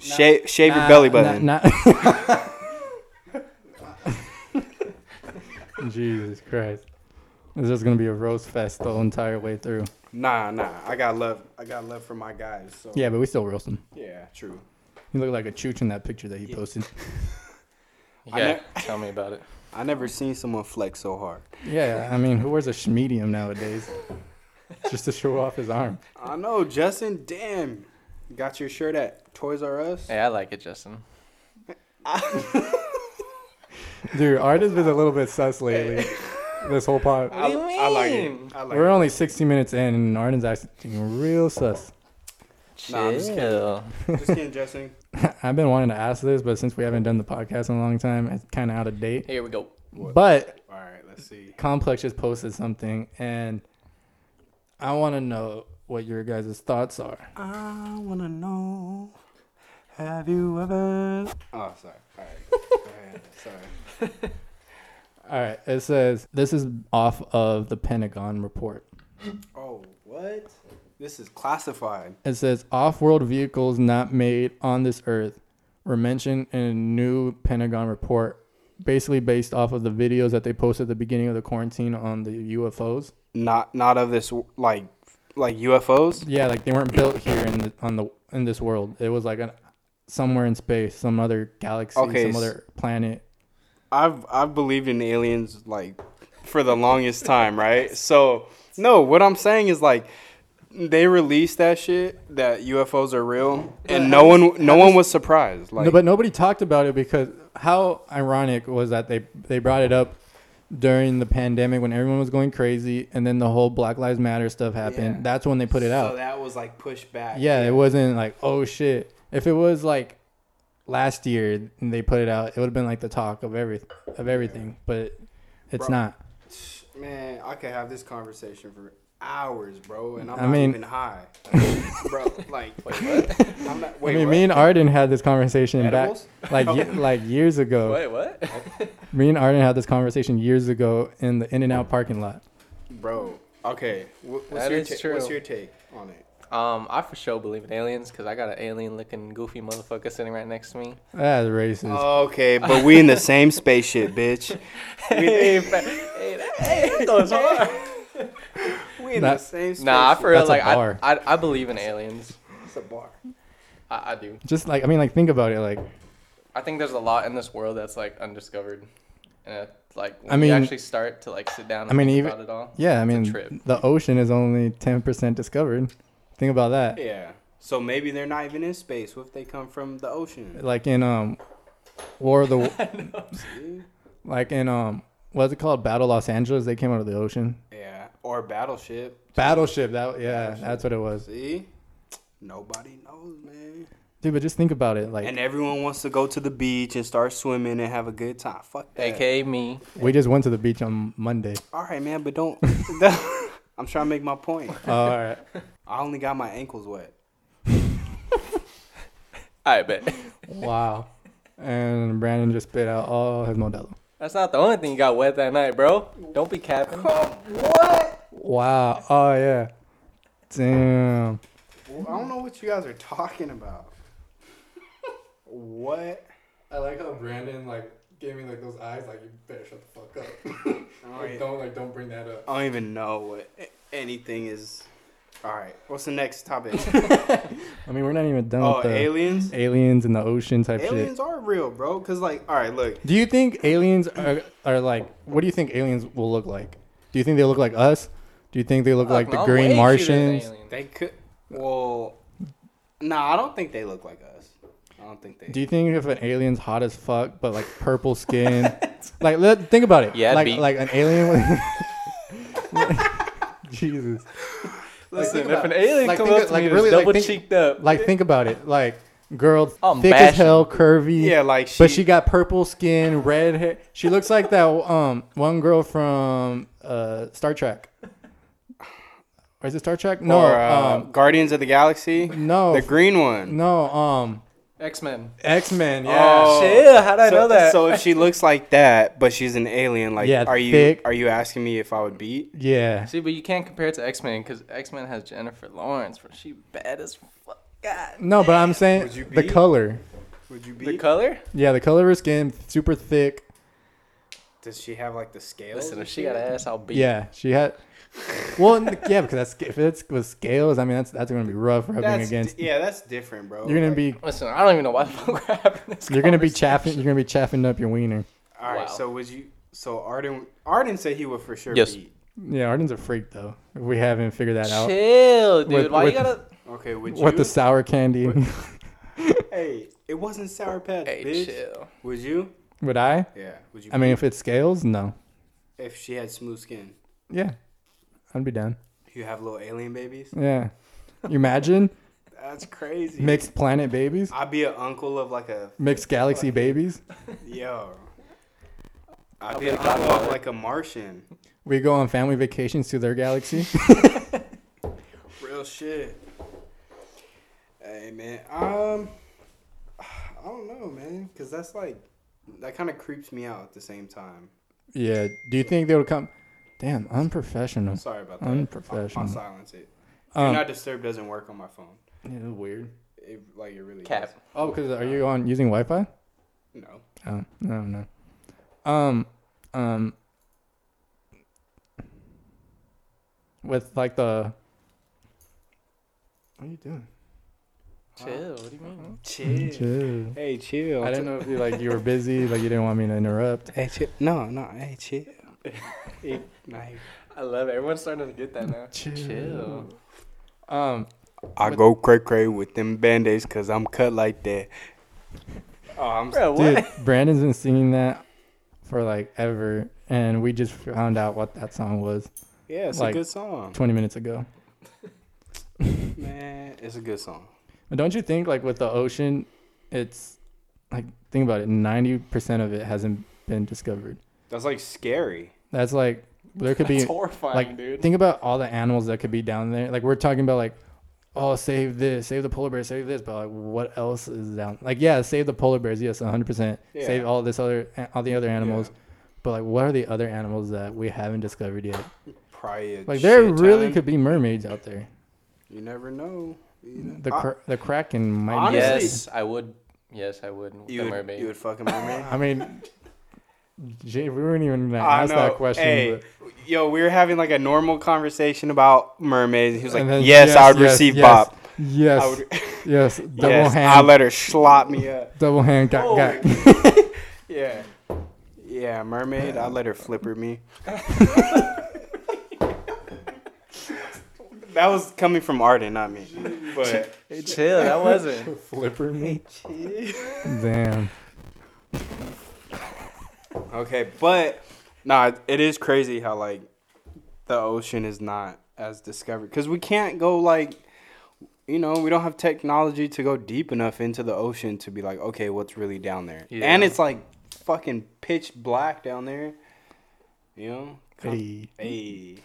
[SPEAKER 5] shave shave your belly button.
[SPEAKER 4] Not- not- Jesus Christ! This is gonna be a roast fest the entire way through.
[SPEAKER 5] Nah, nah. I got love. I got love for my guys. So
[SPEAKER 4] Yeah, but we still roast them.
[SPEAKER 5] yeah, true.
[SPEAKER 4] You look like a chooch in that picture that he posted.
[SPEAKER 1] Yeah, tell me about it.
[SPEAKER 5] I never seen someone flex so hard.
[SPEAKER 4] Yeah, I mean, who wears a sh- medium nowadays? Just to show off his arm.
[SPEAKER 5] I know, Justin. Damn, got your shirt at Toys R Us.
[SPEAKER 1] Hey, I like it, Justin.
[SPEAKER 4] Dude, art has been a little bit sus lately. This whole pod.
[SPEAKER 5] I, I like it. I like
[SPEAKER 4] We're only 60 minutes in, and Arden's acting real sus.
[SPEAKER 5] Nah, I'm just kidding.
[SPEAKER 1] Chill.
[SPEAKER 5] it. Just kidding, Justin.
[SPEAKER 4] I've been wanting to ask this, but since we haven't done the podcast in a long time, it's kind of out of date.
[SPEAKER 1] Here we go.
[SPEAKER 4] But
[SPEAKER 5] All right, let's see.
[SPEAKER 4] Complex just posted something, and I want to know what your guys' thoughts are.
[SPEAKER 5] I wanna know. Have you ever? Oh, sorry. All right. Go ahead. Sorry.
[SPEAKER 4] All right, it says this is off of the Pentagon report.
[SPEAKER 5] Oh, what? This is classified.
[SPEAKER 4] It says off world vehicles not made on this earth were mentioned in a new Pentagon report, basically based off of the videos that they posted at the beginning of the quarantine on the UFOs.
[SPEAKER 5] Not, not of this w- like, like UFOs.
[SPEAKER 4] Yeah, like they weren't built here in the, on the in this world. It was like an somewhere in space, some other galaxy,
[SPEAKER 5] Okay,
[SPEAKER 4] some
[SPEAKER 5] s-
[SPEAKER 4] other planet.
[SPEAKER 5] I've I've believed in aliens like for the longest time, right? So no, what I'm saying is like they released that shit that UFOs are real, and no one no one was surprised. Like
[SPEAKER 4] No, but nobody talked about it because how ironic was that they they brought it up during the pandemic when everyone was going crazy, and then the whole Black Lives Matter stuff happened.
[SPEAKER 5] Yeah.
[SPEAKER 4] That's when they put it out.
[SPEAKER 5] so that was like pushed back.
[SPEAKER 4] yeah, it wasn't like oh shit. If it was like last year and they put it out, it would have been like the talk of every of everything. But it's not.
[SPEAKER 5] man, I could have this conversation for hours, bro, and I'm
[SPEAKER 4] I
[SPEAKER 5] not
[SPEAKER 4] mean-
[SPEAKER 5] even high, bro. Like, wait, I'm not, wait,
[SPEAKER 4] I mean,
[SPEAKER 5] what?
[SPEAKER 4] me and Arden had this conversation back
[SPEAKER 5] Edibles?
[SPEAKER 4] like ye- like years ago.
[SPEAKER 1] Wait, what?
[SPEAKER 4] Me and Arden had this conversation years ago in the In and Out parking lot.
[SPEAKER 5] bro. Okay, wh- what's
[SPEAKER 1] That
[SPEAKER 5] your
[SPEAKER 1] is
[SPEAKER 5] ta-
[SPEAKER 1] true.
[SPEAKER 5] what's your take on it?
[SPEAKER 1] um, I for sure believe in aliens because I got an alien-looking goofy motherfucker sitting right next to me.
[SPEAKER 4] That's racist.
[SPEAKER 5] Okay, but we in the same spaceship, bitch.
[SPEAKER 1] hey, fa- hey, that, hey, that was hard.
[SPEAKER 5] We in
[SPEAKER 4] That-
[SPEAKER 5] the same spaceship.
[SPEAKER 1] Nah, I for real,
[SPEAKER 4] That's a
[SPEAKER 1] like I,
[SPEAKER 4] bar.
[SPEAKER 1] I, I believe in aliens.
[SPEAKER 5] It's a bar.
[SPEAKER 1] I, I do.
[SPEAKER 4] Just like I mean, like think about it. Like
[SPEAKER 1] I think there's a lot in this world that's like undiscovered, and it, like when
[SPEAKER 4] I
[SPEAKER 1] I
[SPEAKER 4] mean-
[SPEAKER 1] actually start to like sit down. And
[SPEAKER 4] I mean,
[SPEAKER 1] think
[SPEAKER 4] even-
[SPEAKER 1] about it all.
[SPEAKER 4] yeah,
[SPEAKER 1] It's
[SPEAKER 4] I
[SPEAKER 1] a
[SPEAKER 4] mean,
[SPEAKER 1] trip.
[SPEAKER 4] the ocean is only ten percent discovered. Think about that.
[SPEAKER 5] Yeah. So maybe they're not even in space. What if they come from the ocean?
[SPEAKER 4] Like in um, War of the, like in um, what's it called? Battle Los Angeles. They came out of the ocean.
[SPEAKER 5] Yeah. Or battleship.
[SPEAKER 4] Battleship. That yeah, that's what it was.
[SPEAKER 5] See? Nobody knows, man.
[SPEAKER 4] Dude, but just think about it. Like
[SPEAKER 5] And everyone wants to go to the beach and start swimming and have a good time. Fuck that.
[SPEAKER 1] AKA me.
[SPEAKER 4] we just went to the beach on Monday.
[SPEAKER 5] All right, man, but don't. I'm trying to make my point.
[SPEAKER 4] All right.
[SPEAKER 5] I only got my ankles wet.
[SPEAKER 1] I bet.
[SPEAKER 4] Wow. And Brandon just spit out all his Modelo.
[SPEAKER 1] That's not the only thing you got wet that night, bro. Don't be capping.
[SPEAKER 4] Wow. Oh yeah. Damn.
[SPEAKER 5] Well, I don't know what you guys are talking about. what?
[SPEAKER 4] I like how Brandon like gave me like those eyes like you better shut the fuck up.
[SPEAKER 5] Like, Oh, yeah.
[SPEAKER 4] don't like don't bring that up.
[SPEAKER 5] I don't even know what anything is. All right, what's the next topic?
[SPEAKER 4] I mean, we're not even done
[SPEAKER 5] oh,
[SPEAKER 4] with the
[SPEAKER 5] aliens.
[SPEAKER 4] aliens and the ocean type
[SPEAKER 5] Aliens
[SPEAKER 4] shit.
[SPEAKER 5] are real, bro. Cause like, all right, look.
[SPEAKER 4] Do you think aliens are are like? What do you think aliens will look like? Do you think they look like us? Do you think they look like the
[SPEAKER 1] I'm way
[SPEAKER 4] Green
[SPEAKER 1] cuter than
[SPEAKER 4] Martians?
[SPEAKER 1] aliens.
[SPEAKER 5] They could. Well, nah, I don't think they look like us. I don't think they.
[SPEAKER 4] Do you think if an alien's hot as fuck but like purple skin, like let, think about it,
[SPEAKER 1] Yeah, it'd
[SPEAKER 4] like
[SPEAKER 1] be-
[SPEAKER 4] like an alien with Jesus,
[SPEAKER 5] Let's
[SPEAKER 1] Listen, if
[SPEAKER 5] think about
[SPEAKER 1] an
[SPEAKER 5] it.
[SPEAKER 1] alien
[SPEAKER 4] Like,
[SPEAKER 1] come
[SPEAKER 4] think
[SPEAKER 1] up
[SPEAKER 4] of-
[SPEAKER 1] to
[SPEAKER 4] like,
[SPEAKER 1] me, really,
[SPEAKER 4] really, like,
[SPEAKER 1] double
[SPEAKER 4] think-
[SPEAKER 1] cheeked up.
[SPEAKER 4] like think about it, like girl
[SPEAKER 1] I'm
[SPEAKER 4] thick as
[SPEAKER 1] bashing.
[SPEAKER 4] hell, curvy,
[SPEAKER 5] Yeah, like she.
[SPEAKER 4] but she got purple skin, red hair. She looks like that um one girl from uh Star Trek. Or is it Star Trek? No,
[SPEAKER 5] or, uh,
[SPEAKER 4] um,
[SPEAKER 5] Guardians of the Galaxy.
[SPEAKER 4] no,
[SPEAKER 5] the green one.
[SPEAKER 4] no, um,
[SPEAKER 1] X Men.
[SPEAKER 4] X Men. Yeah,
[SPEAKER 5] Oh.
[SPEAKER 1] Yeah, how'd I
[SPEAKER 5] so,
[SPEAKER 1] know that?
[SPEAKER 5] so if she looks like that, but she's an alien, like,
[SPEAKER 4] Yeah,
[SPEAKER 5] are you
[SPEAKER 4] thick.
[SPEAKER 5] are you asking me if I would beat?
[SPEAKER 4] yeah.
[SPEAKER 1] See, but you can't compare it to X Men because X Men has Jennifer Lawrence, but she bad as fuck. God.
[SPEAKER 4] No, but I'm saying
[SPEAKER 5] Would you
[SPEAKER 4] the
[SPEAKER 5] be?
[SPEAKER 4] color.
[SPEAKER 5] Would you
[SPEAKER 1] The
[SPEAKER 5] beat?
[SPEAKER 1] color?
[SPEAKER 4] Yeah, the color of her skin, super thick.
[SPEAKER 5] Does she have like the scales?
[SPEAKER 1] Listen,
[SPEAKER 5] and
[SPEAKER 1] if she
[SPEAKER 5] shit?
[SPEAKER 1] got an ass, I'll beat.
[SPEAKER 4] Yeah, she had. Well, n- yeah, because that's if it's with scales. I mean, that's that's gonna be rough rubbing
[SPEAKER 5] That's di-
[SPEAKER 4] against.
[SPEAKER 5] yeah, that's different, bro.
[SPEAKER 4] You're gonna
[SPEAKER 5] Like,
[SPEAKER 4] be
[SPEAKER 1] Listen, I don't even know why the fuck we're having this.
[SPEAKER 4] you're gonna be
[SPEAKER 1] conversation.
[SPEAKER 4] chaffing you're gonna be chaffing up your wiener.
[SPEAKER 5] all right.
[SPEAKER 1] Wow.
[SPEAKER 5] So was you? So Arden, Arden said he would for sure
[SPEAKER 1] Yes.
[SPEAKER 5] beat.
[SPEAKER 4] Yeah, Arden's a freak though. If we haven't figured that out.
[SPEAKER 1] Chill, dude.
[SPEAKER 4] With-
[SPEAKER 1] why
[SPEAKER 4] with-
[SPEAKER 1] you gotta?
[SPEAKER 5] Okay, would you?
[SPEAKER 4] What the sour candy?
[SPEAKER 5] hey, it wasn't sour patch,
[SPEAKER 1] Hey,
[SPEAKER 5] bitch.
[SPEAKER 1] chill.
[SPEAKER 5] Would you?
[SPEAKER 4] Would I?
[SPEAKER 5] Yeah. Would you?
[SPEAKER 4] I mean, if it's scales, no.
[SPEAKER 5] if she had smooth skin,
[SPEAKER 4] Yeah, I'd be down.
[SPEAKER 5] you have little alien babies.
[SPEAKER 4] Yeah, you imagine
[SPEAKER 5] That's crazy.
[SPEAKER 4] mixed planet babies,
[SPEAKER 5] I'd be an uncle of like a
[SPEAKER 4] mixed galaxy babies.
[SPEAKER 5] yo. I'd be an uncle of like a Martian.
[SPEAKER 4] We go on family vacations to their galaxy.
[SPEAKER 5] Real shit. Hey man, um, I don't know, man, because that's like that kind of creeps me out at the same time.
[SPEAKER 4] yeah. Do you think they would come? Damn, unprofessional.
[SPEAKER 5] Sorry about that.
[SPEAKER 4] Unprofessional.
[SPEAKER 5] I'll, I'll silence it.
[SPEAKER 4] Um,
[SPEAKER 5] Do not disturb doesn't work on my phone.
[SPEAKER 4] Yeah, that's weird.
[SPEAKER 5] It like it really
[SPEAKER 1] Cap.
[SPEAKER 5] does.
[SPEAKER 4] Oh, because are you on using Wi-Fi?
[SPEAKER 5] No.
[SPEAKER 4] Oh, no, no. Um, um, with like the. What are you doing?
[SPEAKER 1] Chill. What do you mean?
[SPEAKER 5] Chill.
[SPEAKER 4] Chill.
[SPEAKER 5] Hey, chill.
[SPEAKER 4] I didn't know if you like you were busy, like you didn't want me to interrupt.
[SPEAKER 5] Hey, chill. No, no. Hey, chill. hey, nah, you-
[SPEAKER 1] I love it. Everyone's starting to get that now.
[SPEAKER 4] Chill.
[SPEAKER 1] Chill.
[SPEAKER 4] Um,
[SPEAKER 5] I go cray cray with them band-aids because I'm cut like that. Oh, I'm
[SPEAKER 1] Bro, what?
[SPEAKER 4] dude, Brandon's been singing that for like ever, and we just found out what that song was
[SPEAKER 5] yeah, it's
[SPEAKER 4] like-
[SPEAKER 5] a good song,
[SPEAKER 4] 20 minutes ago.
[SPEAKER 5] man. It's a good song.
[SPEAKER 4] But don't you think like with the ocean, it's like think about it, 90% of it hasn't been discovered.
[SPEAKER 5] That's like scary.
[SPEAKER 4] That's like there could be
[SPEAKER 1] It's horrifying,
[SPEAKER 4] like
[SPEAKER 1] dude.
[SPEAKER 4] think about all the animals that could be down there. Like we're talking about like oh save this, save the polar bear, save this, but like what else is down? Like yeah, save the polar bears, yes, 100%. Save
[SPEAKER 5] Yeah.
[SPEAKER 4] all this other all the other animals.
[SPEAKER 5] Yeah.
[SPEAKER 4] But like what are the other animals that we haven't discovered yet?
[SPEAKER 5] Probably a
[SPEAKER 4] Like there
[SPEAKER 5] shit
[SPEAKER 4] really
[SPEAKER 5] ton.
[SPEAKER 4] could be mermaids out there.
[SPEAKER 5] You never know. You know.
[SPEAKER 4] The
[SPEAKER 5] I-
[SPEAKER 4] cra- the kraken might be.
[SPEAKER 5] Honestly-
[SPEAKER 1] Yes, I would. Yes, I would. with
[SPEAKER 5] you
[SPEAKER 1] the
[SPEAKER 5] would,
[SPEAKER 1] mermaid.
[SPEAKER 5] You would fuck a mermaid.
[SPEAKER 4] I mean, Jay, we weren't even gonna
[SPEAKER 5] I
[SPEAKER 4] ask
[SPEAKER 5] know.
[SPEAKER 4] that question.
[SPEAKER 5] Hey,
[SPEAKER 4] but-
[SPEAKER 5] yo, we were having like a normal conversation about mermaids. He was like,
[SPEAKER 4] and then-
[SPEAKER 5] "Yes, I would receive
[SPEAKER 4] yes,
[SPEAKER 5] Bob.
[SPEAKER 4] Yes,
[SPEAKER 5] I would,
[SPEAKER 4] yes, double
[SPEAKER 5] yes,
[SPEAKER 4] hand,
[SPEAKER 5] I let her slop me up.
[SPEAKER 4] double hand,
[SPEAKER 5] Oh.
[SPEAKER 4] got, got.
[SPEAKER 5] Yeah, yeah, mermaid. I let her flipper me. that was coming from Arden, not me. But
[SPEAKER 1] Hey, chill. That wasn't.
[SPEAKER 4] flipper me. Damn.
[SPEAKER 5] okay, but nah, it is crazy how like the ocean is not as discovered because we can't go like. You know, we don't have technology to go deep enough into the ocean to be like, okay, what's really down there? And
[SPEAKER 1] Yeah.
[SPEAKER 5] it's like fucking pitch black down there. You know?
[SPEAKER 4] Hey.
[SPEAKER 5] Hey,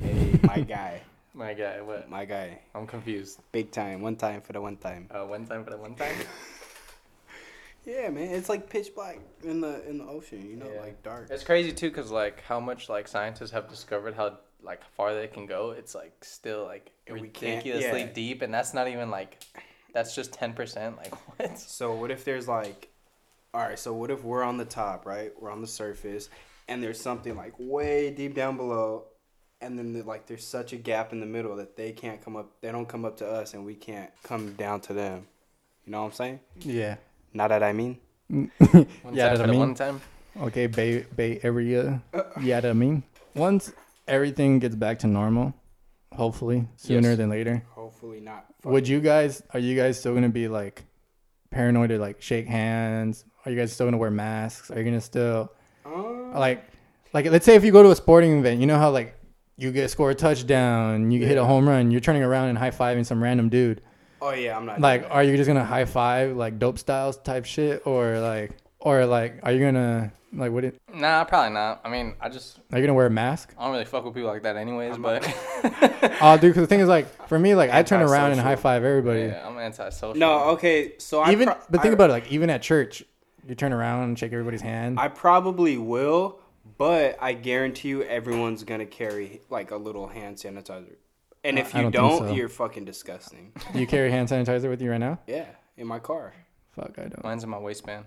[SPEAKER 5] hey, my guy,
[SPEAKER 1] My guy, what?
[SPEAKER 5] my guy,
[SPEAKER 1] I'm confused.
[SPEAKER 5] big time, one time for the one time.
[SPEAKER 1] Uh, one time for the one time.
[SPEAKER 5] Yeah, man, it's like pitch black in the in the ocean, you know,
[SPEAKER 1] Yeah.
[SPEAKER 5] like dark.
[SPEAKER 1] It's crazy too, cause like how much like scientists have discovered how like far they can go. It's like still like
[SPEAKER 5] we can't-
[SPEAKER 1] ridiculously
[SPEAKER 5] yeah.
[SPEAKER 1] deep, and that's not even like that's just ten percent. Like what?
[SPEAKER 5] So what if there's like, all right, so what if we're on the top, right? We're on the surface, and there's something like way deep down below, and then the- like there's such a gap in the middle that they can't come up, they don't come up to us, and we can't come down to them. You know what I'm saying?
[SPEAKER 4] Yeah.
[SPEAKER 5] Not that I mean.
[SPEAKER 1] One
[SPEAKER 4] Yeah,
[SPEAKER 1] time
[SPEAKER 4] that I
[SPEAKER 1] for the
[SPEAKER 4] mean.
[SPEAKER 1] one time.
[SPEAKER 4] Okay, Bay Bay Area. Yeah, that I mean, once everything gets back to normal, hopefully sooner
[SPEAKER 1] Yes.
[SPEAKER 4] than later.
[SPEAKER 5] Hopefully not.
[SPEAKER 4] Would you guys? Are you guys still gonna be like paranoid to like shake hands? Are you guys still gonna wear masks? Are you gonna still like like let's say if you go to a sporting event, you know how like you get score a touchdown, you hit a home run, you're turning around and high fiving some random dude.
[SPEAKER 5] Oh yeah, I'm not.
[SPEAKER 4] Like, are you just gonna high five like dope styles type shit, or like, or like, are you gonna like what? It,
[SPEAKER 1] Nah, probably not. I mean, I just
[SPEAKER 4] are you gonna wear a mask?
[SPEAKER 1] I don't really fuck with people like that, anyways. But
[SPEAKER 4] Oh, dude, because the thing is like for me, like I turn around and
[SPEAKER 5] Antisocial.
[SPEAKER 4] high five everybody.
[SPEAKER 1] yeah, I'm antisocial.
[SPEAKER 5] no, okay, so I
[SPEAKER 4] Even
[SPEAKER 5] pro-
[SPEAKER 4] but think
[SPEAKER 5] I-
[SPEAKER 4] about it, like even at church, you turn around and shake everybody's hand.
[SPEAKER 5] I probably will, but I guarantee you everyone's gonna carry like a little hand sanitizer. And if
[SPEAKER 4] Uh, I
[SPEAKER 5] you
[SPEAKER 4] don't think
[SPEAKER 5] don't,
[SPEAKER 4] so.
[SPEAKER 5] you're fucking disgusting.
[SPEAKER 4] Do you carry hand sanitizer with you right now?
[SPEAKER 5] yeah, in my car.
[SPEAKER 4] Fuck, I don't.
[SPEAKER 1] mine's in my waistband.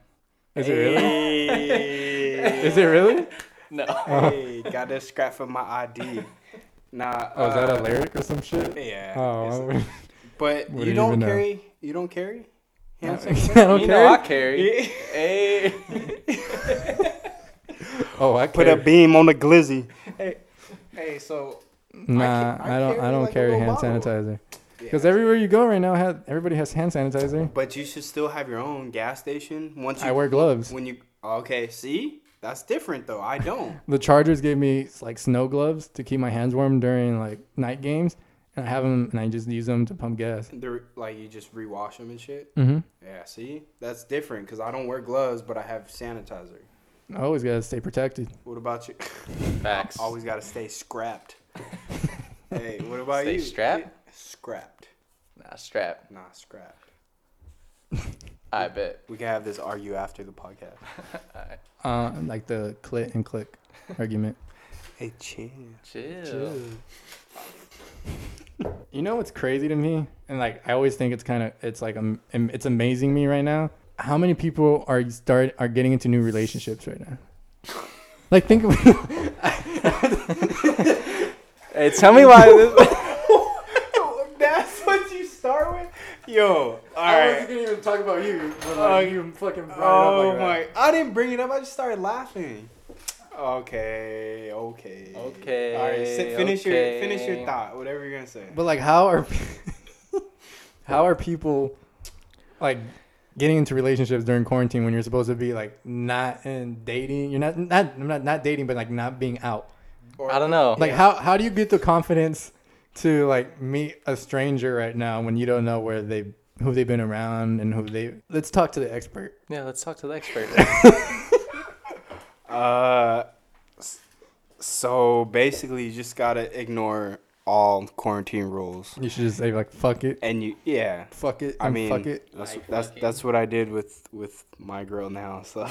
[SPEAKER 4] Is it really?
[SPEAKER 5] Hey,
[SPEAKER 4] Is it really?
[SPEAKER 1] No.
[SPEAKER 5] hey, got that scrap from my ID. Nah.
[SPEAKER 4] Oh, is that
[SPEAKER 5] uh,
[SPEAKER 4] a lyric or some shit?
[SPEAKER 5] Yeah.
[SPEAKER 4] Oh,
[SPEAKER 5] it's- but
[SPEAKER 4] What do
[SPEAKER 5] you
[SPEAKER 4] you
[SPEAKER 5] don't
[SPEAKER 4] even know?
[SPEAKER 5] carry. You don't carry.
[SPEAKER 4] I
[SPEAKER 5] Handsome?
[SPEAKER 4] don't
[SPEAKER 1] You know I
[SPEAKER 4] care.
[SPEAKER 1] carry. hey.
[SPEAKER 4] Oh, I
[SPEAKER 5] Put
[SPEAKER 4] carry.
[SPEAKER 5] a beam on the glizzy. Hey, hey. So
[SPEAKER 4] Nah,
[SPEAKER 5] I
[SPEAKER 4] I, don't.
[SPEAKER 5] carry
[SPEAKER 4] I don't
[SPEAKER 5] like a
[SPEAKER 4] carry
[SPEAKER 5] little
[SPEAKER 4] hand
[SPEAKER 5] bottle.
[SPEAKER 4] sanitizer.
[SPEAKER 5] Yeah.
[SPEAKER 4] Because everywhere you go right now, ha everybody has hand sanitizer.
[SPEAKER 5] But you should still have your own gas station once you
[SPEAKER 4] I wear gloves.
[SPEAKER 5] when you okay, see? That's different though. I don't.
[SPEAKER 4] The Chargers gave me like snow gloves to keep my hands warm during like night games, and I have them and I just use them to pump gas.
[SPEAKER 5] They're like you just rewash them and shit.
[SPEAKER 4] hmm
[SPEAKER 5] Yeah, see? That's different cuz I don't wear gloves, but I have sanitizer.
[SPEAKER 4] I always gotta stay protected.
[SPEAKER 5] What about you?
[SPEAKER 1] Facts.
[SPEAKER 5] Always got to stay scrapped. hey, what about
[SPEAKER 1] Stay
[SPEAKER 5] you?
[SPEAKER 1] strapped?
[SPEAKER 5] Scrapped.
[SPEAKER 1] Nah, strap.
[SPEAKER 5] Nah, scrapped.
[SPEAKER 1] I bet.
[SPEAKER 5] We can have this argue after the podcast.
[SPEAKER 4] Uh, like the clit and click argument.
[SPEAKER 5] Hey, chin.
[SPEAKER 1] Chill.
[SPEAKER 4] You know what's crazy to me, and like I always think it's kind of it's like um, am- it's amazing me right now. How many people are start are getting into new relationships right now? Like think of
[SPEAKER 1] Hey, tell me why this.
[SPEAKER 5] That's what you start with? Yo, all right.
[SPEAKER 4] gonna even talk about you.
[SPEAKER 5] Oh,
[SPEAKER 4] you fucking
[SPEAKER 5] Oh my! I didn't bring it up. I just started laughing. Okay, okay,
[SPEAKER 1] Okay,
[SPEAKER 5] All right, sit, finish your finish your
[SPEAKER 1] okay.
[SPEAKER 5] thought. Whatever you're gonna say.
[SPEAKER 4] But like, how are how are people like getting into relationships during quarantine when you're supposed to be like not in dating? You're not not I'm not not dating, but like not being out.
[SPEAKER 5] Or-
[SPEAKER 1] I don't know.
[SPEAKER 4] Like, how how do you get the confidence to like meet a stranger right now when you don't know where they who they've been around and who they? Let's talk to the expert.
[SPEAKER 1] Yeah, let's talk to the expert.
[SPEAKER 5] Uh, s- so basically, you just gotta ignore all quarantine rules,
[SPEAKER 4] You should just say like, fuck it,
[SPEAKER 5] and you yeah.
[SPEAKER 4] fuck it,
[SPEAKER 5] I
[SPEAKER 4] and
[SPEAKER 5] mean,
[SPEAKER 4] fuck it.
[SPEAKER 5] that's
[SPEAKER 1] Like
[SPEAKER 5] that's
[SPEAKER 1] fucking-
[SPEAKER 5] that's what I did with with my girl now. So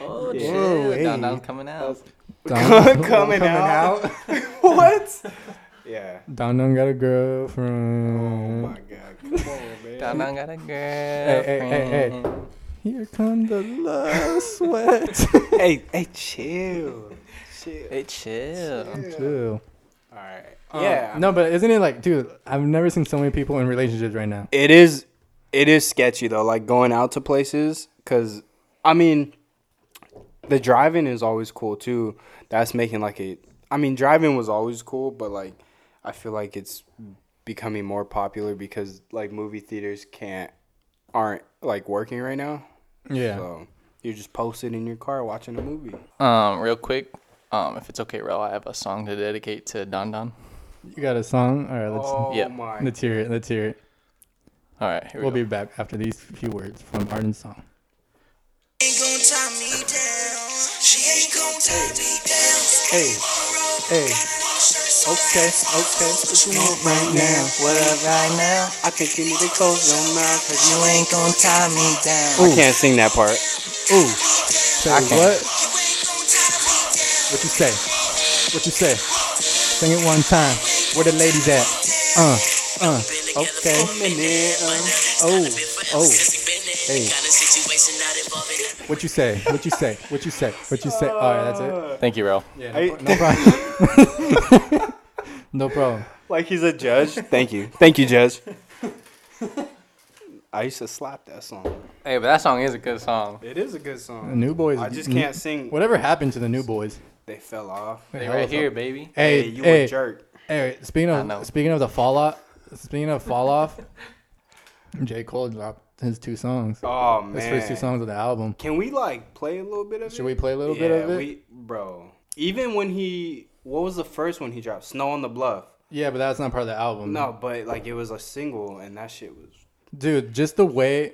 [SPEAKER 1] oh,
[SPEAKER 5] Yeah.
[SPEAKER 1] chill.
[SPEAKER 4] Whoa, hey.
[SPEAKER 1] Down, down, coming out.
[SPEAKER 4] Don-
[SPEAKER 5] coming, out, what? Yeah.
[SPEAKER 4] Don Don got a girlfriend.
[SPEAKER 5] Oh my god! Come on, man.
[SPEAKER 1] Down, down, got a girl.
[SPEAKER 4] hey, hey, hey. Here come the love sweat.
[SPEAKER 5] hey, hey, chill, chill.
[SPEAKER 1] Hey, chill.
[SPEAKER 4] Chill.
[SPEAKER 5] All right.
[SPEAKER 4] Um,
[SPEAKER 5] yeah.
[SPEAKER 4] No, but isn't it like, dude? I've never seen so many people in relationships right now.
[SPEAKER 5] It is. It is sketchy though, like going out to places. Cause I mean, the driving is always cool too. That's making like a. I mean, driving was always cool, but like, I feel like it's becoming more popular because like movie theaters can't aren't like working right now.
[SPEAKER 4] Yeah.
[SPEAKER 5] So you're just posted in your car watching a movie.
[SPEAKER 1] Um, real quick, um, if it's okay, Ro, I have a song to dedicate to Don Don.
[SPEAKER 4] You got a song? All right, let's
[SPEAKER 1] Yeah.
[SPEAKER 5] Oh my.
[SPEAKER 4] let's hear it. Let's hear it.
[SPEAKER 1] All right, here we
[SPEAKER 4] We'll
[SPEAKER 1] go.
[SPEAKER 4] be back after these few words from Arden's song.
[SPEAKER 3] Ain't gonna tie me down. She ain't gonna tie me down.
[SPEAKER 5] Hey. Hey. Okay, okay. What you want right now?
[SPEAKER 3] What up right now?
[SPEAKER 5] I think you need to close your mouth. 'cause
[SPEAKER 3] You ain't gonna tie me down.
[SPEAKER 5] I can't sing that part.
[SPEAKER 4] Ooh. Say
[SPEAKER 5] can't.
[SPEAKER 4] what? What you say? What you say? Sing it one time. Where the ladies at? Uh, uh. Okay. Oh, oh. Hey. What you say? What you say? What you say? What you say? All right, that's it.
[SPEAKER 1] Thank you, Ro.
[SPEAKER 4] No problem. no problem.
[SPEAKER 5] like he's a judge. Thank you. Thank you, judge. I used to slap that song.
[SPEAKER 1] Hey, but that song is a good song.
[SPEAKER 5] It is a good song.
[SPEAKER 4] The new boys.
[SPEAKER 5] I just can't sing.
[SPEAKER 4] Whatever happened to the new boys?
[SPEAKER 5] They fell off.
[SPEAKER 1] They right here, baby.
[SPEAKER 4] Hey,
[SPEAKER 5] Hey, you
[SPEAKER 4] hey,
[SPEAKER 5] a jerk.
[SPEAKER 4] hey, speaking
[SPEAKER 1] I know.
[SPEAKER 4] of speaking of the fall off, speaking of fall off, J Cole dropped his two songs,
[SPEAKER 5] Oh
[SPEAKER 4] his
[SPEAKER 5] man.
[SPEAKER 4] first two songs of the album.
[SPEAKER 5] Can we like play a little bit of it?
[SPEAKER 4] Should we play a little bit of it?
[SPEAKER 5] We, bro. Even when he, what was the first one he dropped? Snow on the Bluff.
[SPEAKER 4] yeah, but that's not part of the album.
[SPEAKER 5] No, but like it was a single, and that shit was.
[SPEAKER 4] dude, just the way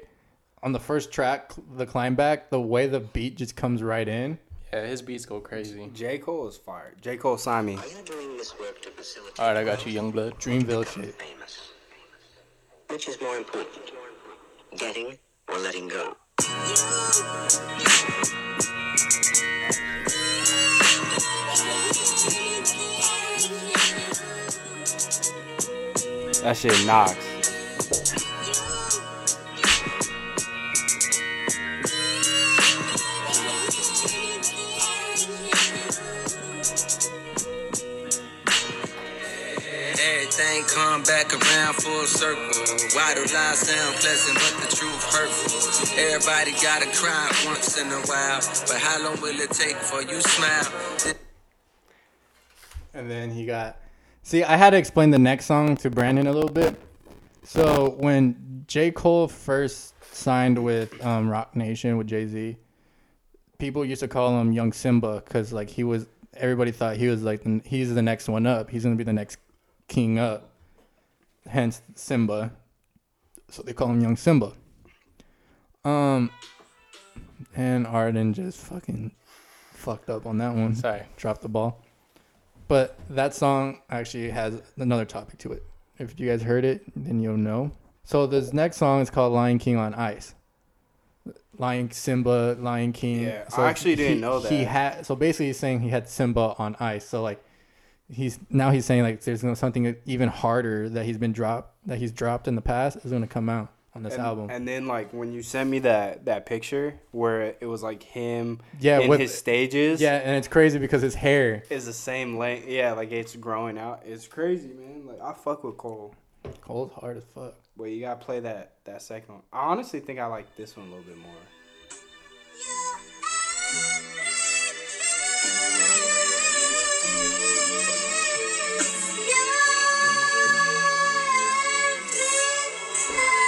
[SPEAKER 4] on the first track, the climb back, the way the beat just comes right in.
[SPEAKER 1] Yeah, his beats go crazy.
[SPEAKER 5] J Cole is fired. J Cole signed me.
[SPEAKER 1] All right, I got you, Youngblood.
[SPEAKER 4] Dreamville shit.
[SPEAKER 6] famous. Which is more important, getting or letting go?
[SPEAKER 5] That shit knocks.
[SPEAKER 3] same come back around full circle. Why do lies sound pleasant, but the truth hurtful? Everybody gotta cry once in a while, but how long will it take for you smile?
[SPEAKER 4] And then he got. See, I had to explain the next song to Brandon a little bit. So when J. Cole first signed with um, Rock Nation with Jay Z, people used to call him Young Simba because like he was. Everybody thought he was like the- he's the next one up. He's gonna be the next king up. Hence Simba. So they call him Young Simba. Um, and Arden just fucking fucked up on that one.
[SPEAKER 1] Sorry.
[SPEAKER 4] dropped the ball. But that song actually has another topic to it. If you guys heard it, then you'll know. So this next song is called Lion King on Ice. Lion Simba, Lion King.
[SPEAKER 5] Yeah, I
[SPEAKER 4] So
[SPEAKER 5] actually didn't
[SPEAKER 4] he-
[SPEAKER 5] know
[SPEAKER 4] He
[SPEAKER 5] that.
[SPEAKER 4] had so basically he's saying he had Simba on ice. So like he's now he's saying like there's no something even harder that he's been dropped that he's dropped in the past is going to come out on this
[SPEAKER 5] And,
[SPEAKER 4] album.
[SPEAKER 5] and then like when you sent me that that picture where it was like him
[SPEAKER 4] Yeah,
[SPEAKER 5] in
[SPEAKER 4] with-
[SPEAKER 5] his stages
[SPEAKER 4] yeah, and it's crazy because his hair.
[SPEAKER 5] is the same length. Yeah, like it's growing out. It's crazy, man. Like I fuck with Cole.
[SPEAKER 4] Cold hard as fuck.
[SPEAKER 5] But you gotta play that that second one. I honestly think I like this one a little bit more.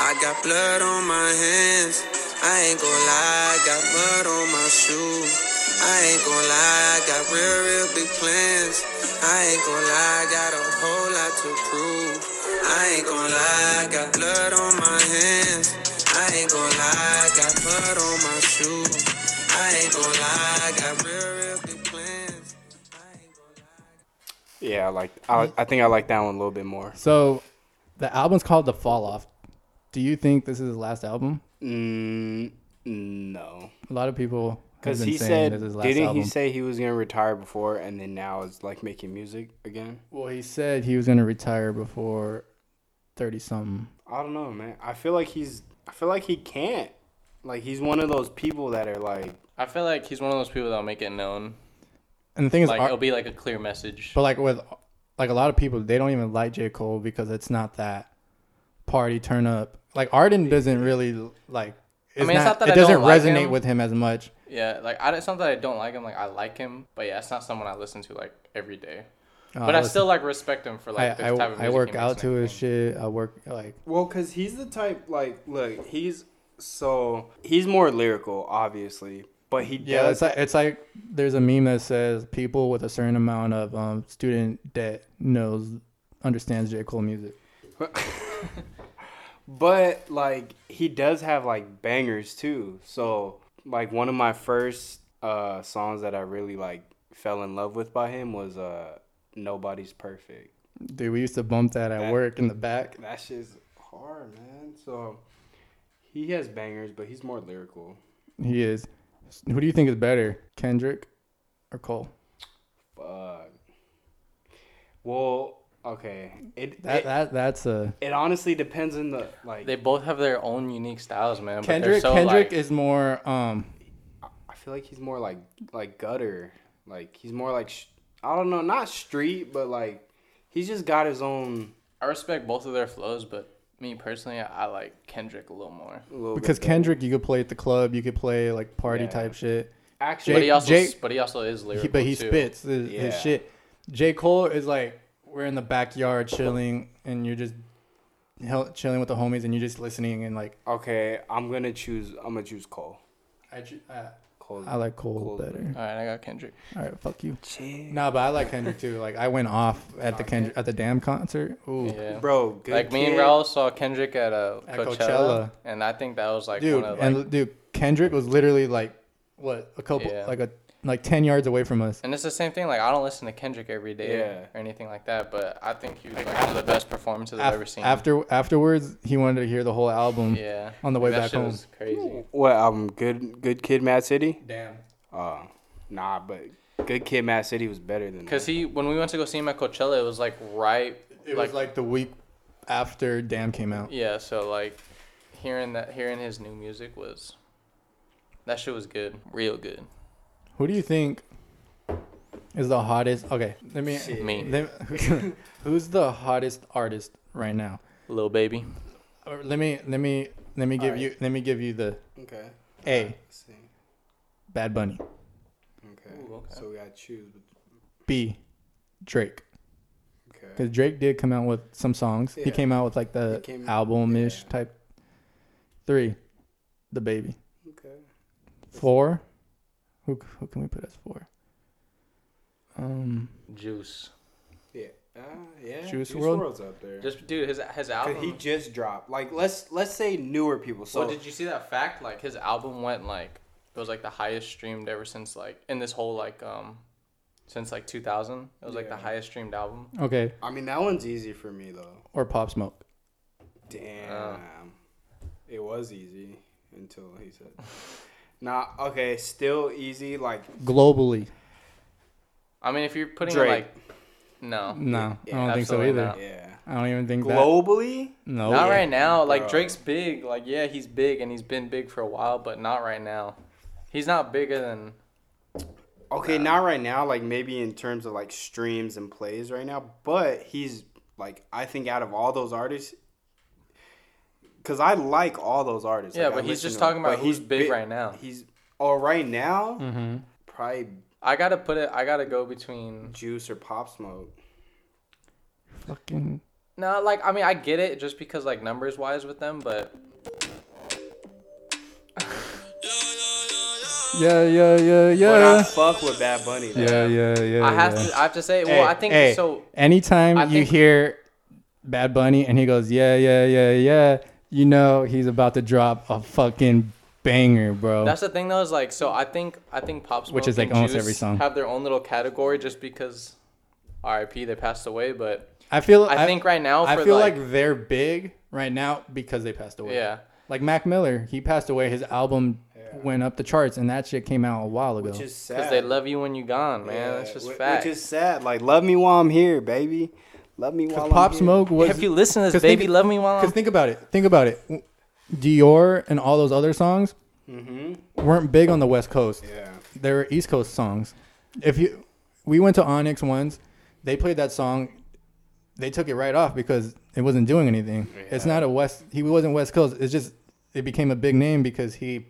[SPEAKER 3] I got blood on my hands. I ain't gon' lie, I got mud on my shoe. I ain't gon' lie, I got real, real big plans. I ain't gon' lie, I got a whole lot to prove. I ain't gon' lie, I got blood on my hands. I ain't gon' lie, I got mud on my shoe. I ain't gon' lie, I got real, real big plans. I ain't gon' lie.
[SPEAKER 5] Yeah, I like I, I think I like that one a little bit more.
[SPEAKER 4] So the album's called The Fall Off. Do you think this is his last album?
[SPEAKER 5] Mm, no,
[SPEAKER 4] A lot of people have
[SPEAKER 5] because
[SPEAKER 4] been
[SPEAKER 5] he
[SPEAKER 4] saying
[SPEAKER 5] said
[SPEAKER 4] this is his last
[SPEAKER 5] didn't
[SPEAKER 4] album.
[SPEAKER 5] he say he was gonna retire before and then now is like making music again?
[SPEAKER 4] well, he said he was going to retire before 30 something.
[SPEAKER 5] I don't know, man. I feel like he's I feel like he can't. Like he's one of those people that are like
[SPEAKER 1] I feel like he's one of those people that'll make it known.
[SPEAKER 4] And the thing is,
[SPEAKER 1] Like
[SPEAKER 4] Ar-
[SPEAKER 1] it'll be like a clear message.
[SPEAKER 4] But like with like a lot of people, they don't even like J Cole because it's not that party turn up. Like Arden doesn't really like. It's
[SPEAKER 1] mean, it's not that
[SPEAKER 4] it
[SPEAKER 1] I
[SPEAKER 4] doesn't
[SPEAKER 1] don't like
[SPEAKER 4] resonate
[SPEAKER 1] him.
[SPEAKER 4] with him as much.
[SPEAKER 1] Yeah, like I, it's not that I don't like him. Like I like him, but yeah, it's not someone I listen to like every day.
[SPEAKER 4] Uh,
[SPEAKER 1] but I
[SPEAKER 4] listen,
[SPEAKER 1] still like respect him for like the
[SPEAKER 4] I,
[SPEAKER 1] type of
[SPEAKER 4] I, I
[SPEAKER 1] music
[SPEAKER 4] work
[SPEAKER 1] he
[SPEAKER 4] out
[SPEAKER 1] makes
[SPEAKER 4] to
[SPEAKER 1] and
[SPEAKER 4] his
[SPEAKER 1] everything.
[SPEAKER 4] shit. I work like
[SPEAKER 5] Well, because he's the type, like, look, he's so. He's more lyrical, obviously, but he
[SPEAKER 4] yeah. It's
[SPEAKER 5] does.
[SPEAKER 4] like it's like there's a meme that says people with a certain amount of um, student debt knows understands J Cole music.
[SPEAKER 5] but, like, he does have, like, bangers, too. So, like, one of my first uh, songs that I really, like, fell in love with by him was uh, Nobody's Perfect.
[SPEAKER 4] Dude, we used to bump that at work in the back.
[SPEAKER 5] That shit's hard, man. So, he has bangers, but he's more lyrical.
[SPEAKER 4] He is. Who do you think is better, Kendrick or Cole?
[SPEAKER 5] Fuck. Well, okay. It,
[SPEAKER 4] That
[SPEAKER 5] it,
[SPEAKER 4] that that's a
[SPEAKER 5] it honestly depends on the, like,
[SPEAKER 1] They both have their own unique styles, man.
[SPEAKER 4] Kendrick
[SPEAKER 1] but they're so,
[SPEAKER 4] Kendrick
[SPEAKER 1] like,
[SPEAKER 4] is more um
[SPEAKER 5] I feel like he's more like like gutter. Like he's more like sh- I don't know, not street, but like he's just got his own
[SPEAKER 1] I respect both of their flows, but me personally, I like Kendrick a little more.
[SPEAKER 5] little bit
[SPEAKER 4] because
[SPEAKER 5] better.
[SPEAKER 4] Kendrick you could play at the club, you could play like party
[SPEAKER 5] Yeah.
[SPEAKER 4] type shit.
[SPEAKER 5] actually
[SPEAKER 1] but he also,
[SPEAKER 4] Jay-
[SPEAKER 1] but he also is lyrical
[SPEAKER 4] He, but he
[SPEAKER 1] too.
[SPEAKER 4] spits his, his
[SPEAKER 5] Yeah.
[SPEAKER 4] shit. J Cole is like we're in the backyard chilling and you're just hell, chilling with the homies and you're just listening and like
[SPEAKER 5] okay, I'm gonna choose I'm gonna choose Cole.
[SPEAKER 4] I uh,
[SPEAKER 5] Cole.
[SPEAKER 4] I like Cole
[SPEAKER 5] Cole's
[SPEAKER 4] better.
[SPEAKER 1] All right, I got Kendrick.
[SPEAKER 4] All right, fuck you.
[SPEAKER 5] Shit.
[SPEAKER 4] Nah, but I like Kendrick too. Like I went off at the Kendrick at the damn concert. Ooh.
[SPEAKER 1] Yeah,
[SPEAKER 5] Bro, good
[SPEAKER 1] like me and
[SPEAKER 5] kid.
[SPEAKER 1] Raul saw Kendrick at, uh,
[SPEAKER 4] At
[SPEAKER 1] Coachella,
[SPEAKER 4] Coachella.
[SPEAKER 1] and I think that was like
[SPEAKER 4] dude,
[SPEAKER 1] one of like,
[SPEAKER 4] and dude, Kendrick was literally like what a couple,
[SPEAKER 1] Yeah.
[SPEAKER 4] like a like ten yards away from us.
[SPEAKER 1] And it's the same thing. Like I don't listen to Kendrick every day
[SPEAKER 5] Yeah.
[SPEAKER 1] or anything like that, but I think he was like one of the best performances I've
[SPEAKER 4] Af-
[SPEAKER 1] ever seen.
[SPEAKER 4] After afterwards, he wanted to hear the whole album.
[SPEAKER 1] yeah,
[SPEAKER 4] on the way
[SPEAKER 1] Like, that
[SPEAKER 4] back
[SPEAKER 1] shit
[SPEAKER 4] home.
[SPEAKER 1] was crazy.
[SPEAKER 5] What album? Good good kid Mad City?
[SPEAKER 4] Damn.
[SPEAKER 5] Uh nah, but good kid Mad City was better than
[SPEAKER 1] Cause
[SPEAKER 5] that.
[SPEAKER 1] he, when we went to go see him at Coachella, it was like right,
[SPEAKER 4] It
[SPEAKER 1] like,
[SPEAKER 4] was like the week after Damn came out.
[SPEAKER 1] yeah. So like, hearing that, hearing his new music was, that shit was good, real good.
[SPEAKER 4] Who do you think is the hottest. Okay, let me.
[SPEAKER 1] Me.
[SPEAKER 4] let- who's the hottest artist right now?
[SPEAKER 1] Little baby.
[SPEAKER 4] Or Let me let me let me give you let me give you the
[SPEAKER 5] Okay.
[SPEAKER 4] A.
[SPEAKER 5] Let's see.
[SPEAKER 4] Bad Bunny.
[SPEAKER 5] Okay. So we gotta choose.
[SPEAKER 4] B. Drake.
[SPEAKER 5] Okay.
[SPEAKER 4] Because Drake did come out with some songs. He
[SPEAKER 5] Yeah.
[SPEAKER 4] came out with like the
[SPEAKER 5] He came-
[SPEAKER 4] album ish type. Three, the baby.
[SPEAKER 5] Okay.
[SPEAKER 4] Four, who who can we put as four? Um,
[SPEAKER 1] Juice.
[SPEAKER 5] Yeah. Uh, yeah.
[SPEAKER 4] Juice WRLD?
[SPEAKER 5] World's up there.
[SPEAKER 1] Just dude, his his
[SPEAKER 5] Cause
[SPEAKER 1] album.
[SPEAKER 5] he just dropped. Like let's let's say newer people. So
[SPEAKER 1] well, Uh-huh. did you see that fact? Like his album went like it was like the highest streamed ever since like in this whole like um since like 2000. It was like the
[SPEAKER 5] Yeah.
[SPEAKER 1] highest streamed album.
[SPEAKER 4] okay,
[SPEAKER 5] I mean that one's easy for me though.
[SPEAKER 4] or Pop Smoke.
[SPEAKER 1] Uh.
[SPEAKER 5] Damn. It was easy until he said. nah. Okay. Still easy. Like
[SPEAKER 4] Globally,
[SPEAKER 1] I mean, if you're putting it
[SPEAKER 5] Drake.
[SPEAKER 1] like no,
[SPEAKER 4] no, I
[SPEAKER 1] Yeah,
[SPEAKER 4] don't think so
[SPEAKER 1] absolutely
[SPEAKER 4] either.
[SPEAKER 1] not.
[SPEAKER 5] yeah.
[SPEAKER 4] I don't even think
[SPEAKER 5] Globally.
[SPEAKER 4] that. No,
[SPEAKER 1] not right now. Like
[SPEAKER 5] Bro.
[SPEAKER 1] Drake's big. Like yeah, he's big and he's been big for a while, but not right now. He's not bigger than
[SPEAKER 5] Okay, not right now. Like maybe in terms of like streams and plays right now, but he's like I think out of all those artists, because I like all those artists.
[SPEAKER 1] Yeah,
[SPEAKER 5] like, I
[SPEAKER 1] but he's
[SPEAKER 5] listen
[SPEAKER 1] just
[SPEAKER 5] to 'em,
[SPEAKER 1] talking about
[SPEAKER 5] but
[SPEAKER 1] who's big
[SPEAKER 5] bi-
[SPEAKER 1] right now. Mm-hmm.
[SPEAKER 5] He's oh right now probably
[SPEAKER 1] I gotta put it. I gotta go between.
[SPEAKER 5] Juice or Pop Smoke.
[SPEAKER 4] fucking
[SPEAKER 1] No, like I mean, I get it just because like numbers wise with them, but
[SPEAKER 4] yeah, yeah, yeah,
[SPEAKER 5] But I
[SPEAKER 4] yeah,
[SPEAKER 5] fuck with Bad Bunny. Though.
[SPEAKER 4] yeah, yeah, yeah.
[SPEAKER 1] I have
[SPEAKER 4] yeah.
[SPEAKER 1] to. I have to say. Well, I think
[SPEAKER 4] hey,
[SPEAKER 1] so.
[SPEAKER 4] Anytime
[SPEAKER 1] I
[SPEAKER 4] you
[SPEAKER 1] think-
[SPEAKER 4] hear Bad Bunny and he goes, yeah, yeah, yeah, yeah, you know he's about to drop a fucking banger, bro.
[SPEAKER 1] That's the thing though. Is like so. I think. I think Pop Smoke
[SPEAKER 4] Which is, like,
[SPEAKER 1] and
[SPEAKER 4] almost
[SPEAKER 1] Juice
[SPEAKER 4] every song.
[SPEAKER 1] have their own little category just because. R.I.P. They passed away, but
[SPEAKER 4] I feel.
[SPEAKER 1] I think right now
[SPEAKER 4] I
[SPEAKER 1] for,
[SPEAKER 4] feel like,
[SPEAKER 1] like-
[SPEAKER 4] they're big right now because they passed away.
[SPEAKER 1] Yeah.
[SPEAKER 4] Like Mac Miller, he passed away. His album went up the charts, and that shit came out a while ago.
[SPEAKER 5] Which is sad.
[SPEAKER 1] because they love you when you gone, man. That's just
[SPEAKER 5] which,
[SPEAKER 1] fact.
[SPEAKER 5] Which is sad. Like love me while I'm here, baby. Love me while I'm
[SPEAKER 4] Pop
[SPEAKER 5] here.
[SPEAKER 4] Smoke was.
[SPEAKER 1] if you listen to this,
[SPEAKER 4] 'cause
[SPEAKER 1] baby,
[SPEAKER 4] think-
[SPEAKER 1] love me while
[SPEAKER 4] Because
[SPEAKER 1] I'm.
[SPEAKER 4] think about it. Think about it. Dior and all those other songs weren't big on the West Coast.
[SPEAKER 5] Mm-hmm. Yeah.
[SPEAKER 4] They were East Coast songs. If you, we went to Onyx once. They played that song. They took it right off because it wasn't doing anything. It's not a West. He wasn't West Coast. It's just it became a big name because he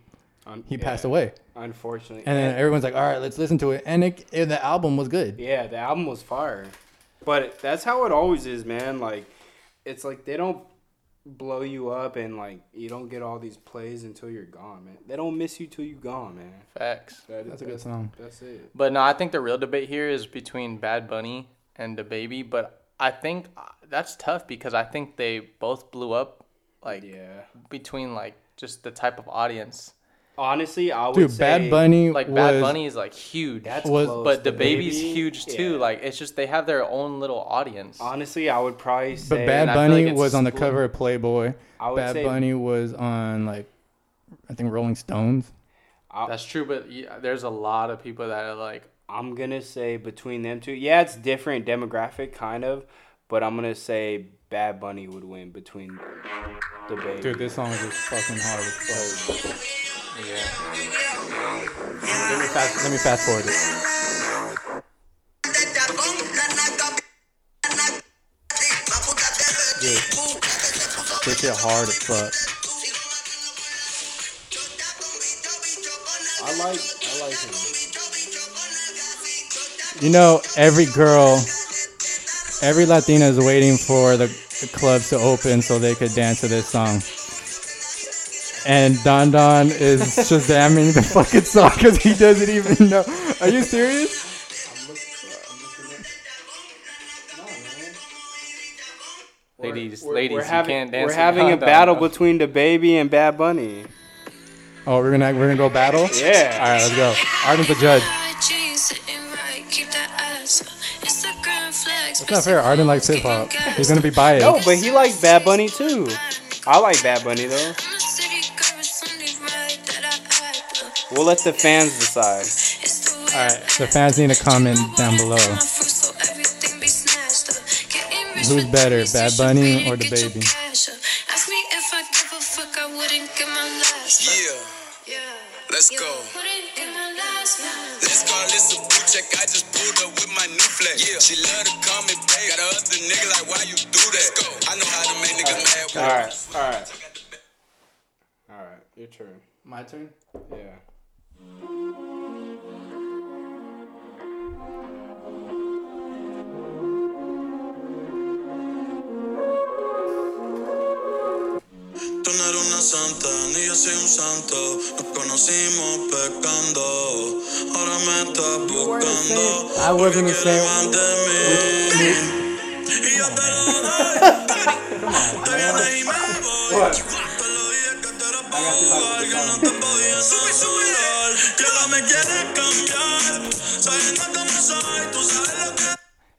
[SPEAKER 5] Un-
[SPEAKER 4] he
[SPEAKER 5] yeah,
[SPEAKER 4] passed away.
[SPEAKER 5] Unfortunately.
[SPEAKER 4] And then everyone's like, all right, let's listen to it. And it, and the album was good.
[SPEAKER 5] Yeah, the album was fire. But that's how it always is, man. Like, it's like they don't blow you up and, like, you don't get all these plays until you're gone, man. They don't miss you till you're gone, man.
[SPEAKER 1] Facts.
[SPEAKER 5] That-
[SPEAKER 4] That's a good song.
[SPEAKER 5] That's it.
[SPEAKER 1] But no, I think the real debate here is between Bad Bunny and the baby. But I think uh, that's tough because I think they both blew up, like
[SPEAKER 5] Yeah.
[SPEAKER 1] between like just the type of audience.
[SPEAKER 5] Honestly, I would
[SPEAKER 4] Dude,
[SPEAKER 5] say.
[SPEAKER 4] Bad Bunny
[SPEAKER 1] Like
[SPEAKER 4] was,
[SPEAKER 1] Bad Bunny is like huge,
[SPEAKER 5] That's
[SPEAKER 4] was-
[SPEAKER 5] close.
[SPEAKER 1] but the
[SPEAKER 5] The
[SPEAKER 1] baby's
[SPEAKER 5] Baby,
[SPEAKER 1] huge too.
[SPEAKER 5] yeah.
[SPEAKER 1] Like it's just they have their own little audience.
[SPEAKER 5] Honestly, I would probably say.
[SPEAKER 4] But Bad
[SPEAKER 1] and I feel
[SPEAKER 4] Bunny
[SPEAKER 1] like it's
[SPEAKER 4] was on the
[SPEAKER 1] split.
[SPEAKER 4] cover of Playboy.
[SPEAKER 5] I would
[SPEAKER 4] Bad
[SPEAKER 5] say-
[SPEAKER 4] Bunny was on like, I think Rolling Stones.
[SPEAKER 1] That's true, but yeah, there's a lot of people that are like,
[SPEAKER 5] I'm going to say between them two. Yeah, it's different demographic, kind of. But I'm going to say Bad Bunny would win between the baby.
[SPEAKER 4] Dude, this song is just fucking hard as fuck.
[SPEAKER 1] yeah,
[SPEAKER 4] Let me fast, let me fast forward it. This shit hard as fuck.
[SPEAKER 5] I like, I like him.
[SPEAKER 4] You know, every girl, every Latina is waiting for the, the clubs to open so they could dance to this song. And Don Don is shazamming the fucking song because he doesn't even know. Are you serious?
[SPEAKER 1] ladies, ladies,
[SPEAKER 5] we're
[SPEAKER 1] you
[SPEAKER 5] having,
[SPEAKER 1] can't dance.
[SPEAKER 5] we're
[SPEAKER 1] in
[SPEAKER 5] having a
[SPEAKER 1] London.
[SPEAKER 5] battle between the baby and Bad Bunny.
[SPEAKER 4] Oh, we're gonna we're gonna go battle.
[SPEAKER 5] Yeah.
[SPEAKER 4] All right, let's go. Arden's the judge.
[SPEAKER 7] It's
[SPEAKER 4] It's not fair. Arden likes hip hop. He's gonna be biased.
[SPEAKER 5] No, but he likes Bad Bunny too. I like Bad Bunny though. We'll let the fans decide.
[SPEAKER 7] Alright,
[SPEAKER 4] The fans need to comment down below.
[SPEAKER 7] Who's better, Bad Bunny or the
[SPEAKER 4] baby?
[SPEAKER 7] baby? Ask me if I give a fuck, I wouldn't get my last.
[SPEAKER 3] Yeah,
[SPEAKER 7] Yeah.
[SPEAKER 3] let's
[SPEAKER 7] Yeah.
[SPEAKER 3] go.
[SPEAKER 7] Wouldn't get my last.
[SPEAKER 3] Let's call this a boot check. I just pulled up flex. Yeah. She love to call me babe. Got a other nigga like, why you do that? Go. I know how to make niggas mad.
[SPEAKER 5] All right, all right, all right. Your turn.
[SPEAKER 4] My turn.
[SPEAKER 5] Yeah.
[SPEAKER 2] Tú no eres una santa, ni yo soy un santo. Nos conocimos pecando. Ahora me estás buscando.
[SPEAKER 4] I wasn't a saint.
[SPEAKER 2] Porque quieres más de mí. Y yo te lo doy. Te vienes y me voy. Te lo dije que tú eras pa' jugar, que no te podía censurar. Que ahora me quieres cambiar. Sabiendo cómo soy, tú sabes lo que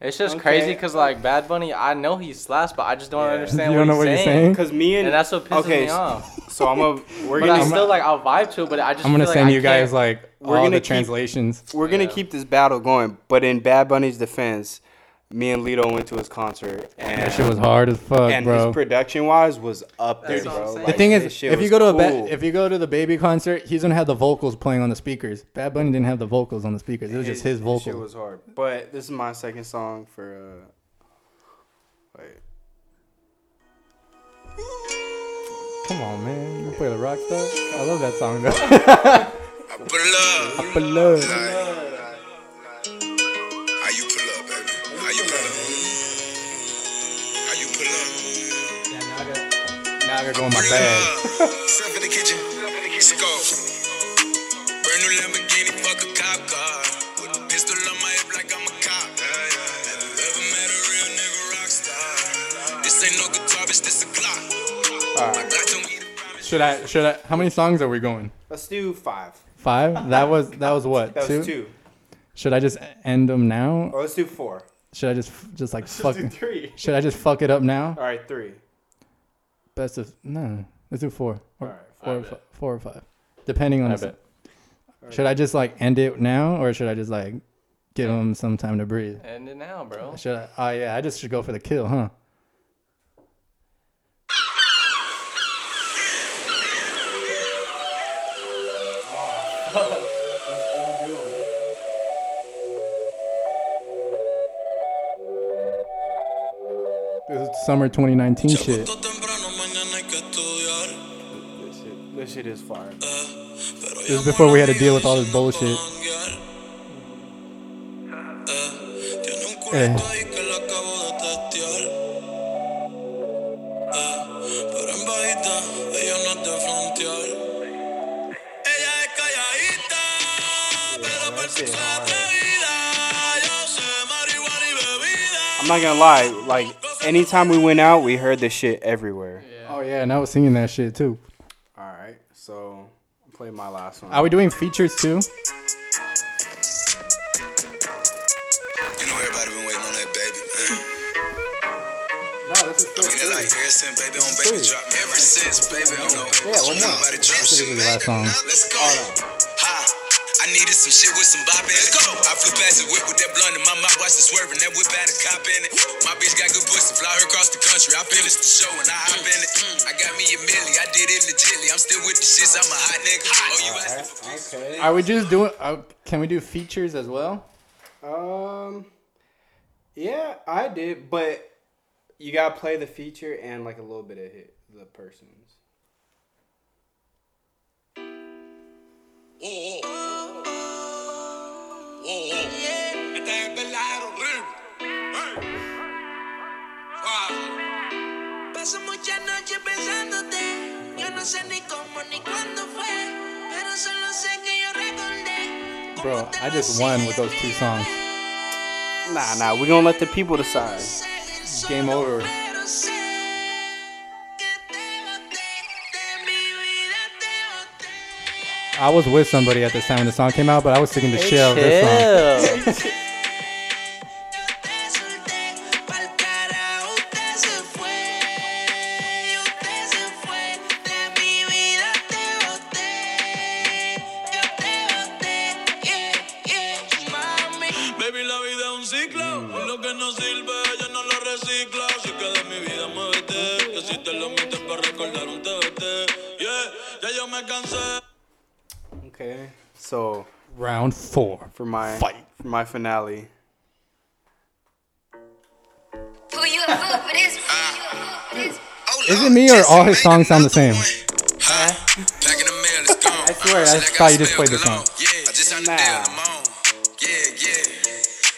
[SPEAKER 1] It's just
[SPEAKER 5] Okay.
[SPEAKER 1] crazy 'cause crazy because like Bad Bunny, I know he slaps, but I just don't understand
[SPEAKER 4] You
[SPEAKER 1] what,
[SPEAKER 4] don't know
[SPEAKER 1] he's
[SPEAKER 4] what you're
[SPEAKER 1] saying.
[SPEAKER 4] saying?
[SPEAKER 5] Cause me and,
[SPEAKER 1] And that's what pisses
[SPEAKER 5] okay,
[SPEAKER 1] me
[SPEAKER 5] s-
[SPEAKER 1] off.
[SPEAKER 5] So I'm a we're
[SPEAKER 1] But
[SPEAKER 5] gonna
[SPEAKER 1] I still like I'll vibe to it, but I just
[SPEAKER 4] I'm gonna
[SPEAKER 1] feel like
[SPEAKER 4] send
[SPEAKER 1] I
[SPEAKER 4] you guys
[SPEAKER 1] can't-
[SPEAKER 4] like
[SPEAKER 5] We're
[SPEAKER 4] all
[SPEAKER 5] gonna
[SPEAKER 4] the
[SPEAKER 5] keep-
[SPEAKER 4] translations.
[SPEAKER 5] we're gonna keep this battle going. But in Bad Bunny's defense, me and Lito went to his concert, and
[SPEAKER 4] That shit was hard as fuck,
[SPEAKER 5] and
[SPEAKER 4] bro.
[SPEAKER 5] his production wise was up there,
[SPEAKER 1] That's what I'm
[SPEAKER 5] bro.
[SPEAKER 1] saying.
[SPEAKER 4] the
[SPEAKER 1] like,
[SPEAKER 4] thing
[SPEAKER 5] this
[SPEAKER 4] is,
[SPEAKER 5] shit
[SPEAKER 4] if you
[SPEAKER 5] was
[SPEAKER 4] go to a ba-
[SPEAKER 5] cool.
[SPEAKER 4] if you go to the baby concert, he's gonna have the vocals playing on the speakers. Bad Bunny didn't have the vocals on the speakers. It was just his
[SPEAKER 5] Shit
[SPEAKER 4] vocals.
[SPEAKER 5] was hard. But this is my second song for. uh Wait.
[SPEAKER 4] Come on, man, you play the rock stuff. I love that song though.
[SPEAKER 3] Put it up.
[SPEAKER 4] but love.
[SPEAKER 3] How you pull up, baby? How you pull up? How you pull up?
[SPEAKER 4] Now I gotta go in my
[SPEAKER 3] Bring
[SPEAKER 4] bag.
[SPEAKER 3] it up. Step in the kitchen. Let's go. Brand new Lamborghini, fuck a cop car. With a pistol on my hip like I'm a cop. Never met a real nigga rock star. This ain't no guitar, bitch, this a Glock. My Glock don't eat a promise.
[SPEAKER 4] Should I? Should I? How many songs are we going?
[SPEAKER 5] Let's do five.
[SPEAKER 4] Five. That was that was what
[SPEAKER 5] That
[SPEAKER 4] two?
[SPEAKER 5] was two.
[SPEAKER 4] Should I just end them now?
[SPEAKER 5] Or let's do four.
[SPEAKER 4] Should I just just like fuck?
[SPEAKER 5] Let's do three.
[SPEAKER 4] Should I just fuck it up now?
[SPEAKER 5] All right, three.
[SPEAKER 4] Best of no. Let's do four. Or,
[SPEAKER 5] All right,
[SPEAKER 4] four, or fi- four or five, depending on.
[SPEAKER 1] I
[SPEAKER 4] the s-
[SPEAKER 1] bet.
[SPEAKER 4] Should I just like end it now, or should I just like give him some time to breathe?
[SPEAKER 1] End it now, bro.
[SPEAKER 4] Should I? Oh yeah, I just should go for the kill, huh? This is summer 2019 shit.
[SPEAKER 2] Justo temprano, mañana hay que estudiar.
[SPEAKER 5] This shit, this shit is fire.
[SPEAKER 2] Pero
[SPEAKER 4] This is before we had to deal with all this bullshit.
[SPEAKER 2] Tiene un
[SPEAKER 4] Eh.
[SPEAKER 2] culito ahí que la acabo de testear. Ah, pero en bajita, ella no es de frontear. Ella es calladita, pero por su atrevida. Yo sé marihuana y bebida.
[SPEAKER 5] I'm not gonna lie. Like anytime we went out, we heard this shit everywhere.
[SPEAKER 4] Oh yeah, and I was singing that shit too.
[SPEAKER 5] All right, so I'll play my last one.
[SPEAKER 4] Are we doing features too?
[SPEAKER 3] You know everybody been waiting on that baby.
[SPEAKER 5] no, this is still
[SPEAKER 3] Been like ever since baby on baby drop. Ever since baby on no. Yeah,
[SPEAKER 4] one more.
[SPEAKER 3] Nobody drop
[SPEAKER 4] This is
[SPEAKER 3] shit.
[SPEAKER 4] the last song.
[SPEAKER 3] Let's go. Ha. I needed some shit with some bop in it. I flew past the whip with that blunt in my mouth, watched it swerving. That whip had a cop in it. My bitch got good pussy, fly her across the country. I finished the show and I hop in it. I got me a milli, I did it legitly. I'm still with the shits, I'm a hot nigga. Oh, you asking for
[SPEAKER 4] Are we just doing? Uh, can we do features as well?
[SPEAKER 5] Um, yeah, I did, but you gotta play the feature and like a little bit of hit the person's.
[SPEAKER 2] Este
[SPEAKER 7] Paso muchas noches pensándote. Yo no sé ni cómo ni cuándo fue. Pero solo sé que yo recordé. cómo
[SPEAKER 4] Bro,
[SPEAKER 7] te
[SPEAKER 4] I
[SPEAKER 7] lo
[SPEAKER 4] just won with those
[SPEAKER 7] hacía
[SPEAKER 4] two songs.
[SPEAKER 5] Nah, nah, we're gonna let the people decide.
[SPEAKER 4] Game over.
[SPEAKER 7] Pero sé que te boté, de mi vida te boté.
[SPEAKER 4] I was with somebody at the time when the song came out, but I was singing the shit out of this song.
[SPEAKER 1] Chill.
[SPEAKER 7] Yo te solté, pa'l carajo usted se fue. Y usted se fue, de mi vida te boté. Yo te boté, yeah, yeah, mami.
[SPEAKER 2] Baby, la vida es un ciclo. y Lo que no sirve, yo no lo reciclo. Así que de mi vida muévete. Que si te lo metes para recordar un TBT. Yeah, ya yo me cansé.
[SPEAKER 5] Okay. So
[SPEAKER 4] Round four.
[SPEAKER 5] for my
[SPEAKER 4] Fight.
[SPEAKER 5] for my finale,
[SPEAKER 3] Ah.
[SPEAKER 4] Is it me or all his songs sound the same?
[SPEAKER 3] I
[SPEAKER 4] swear, I thought you just played the song.
[SPEAKER 3] Yeah, I just signed the deal, I'm on. Yeah, yeah.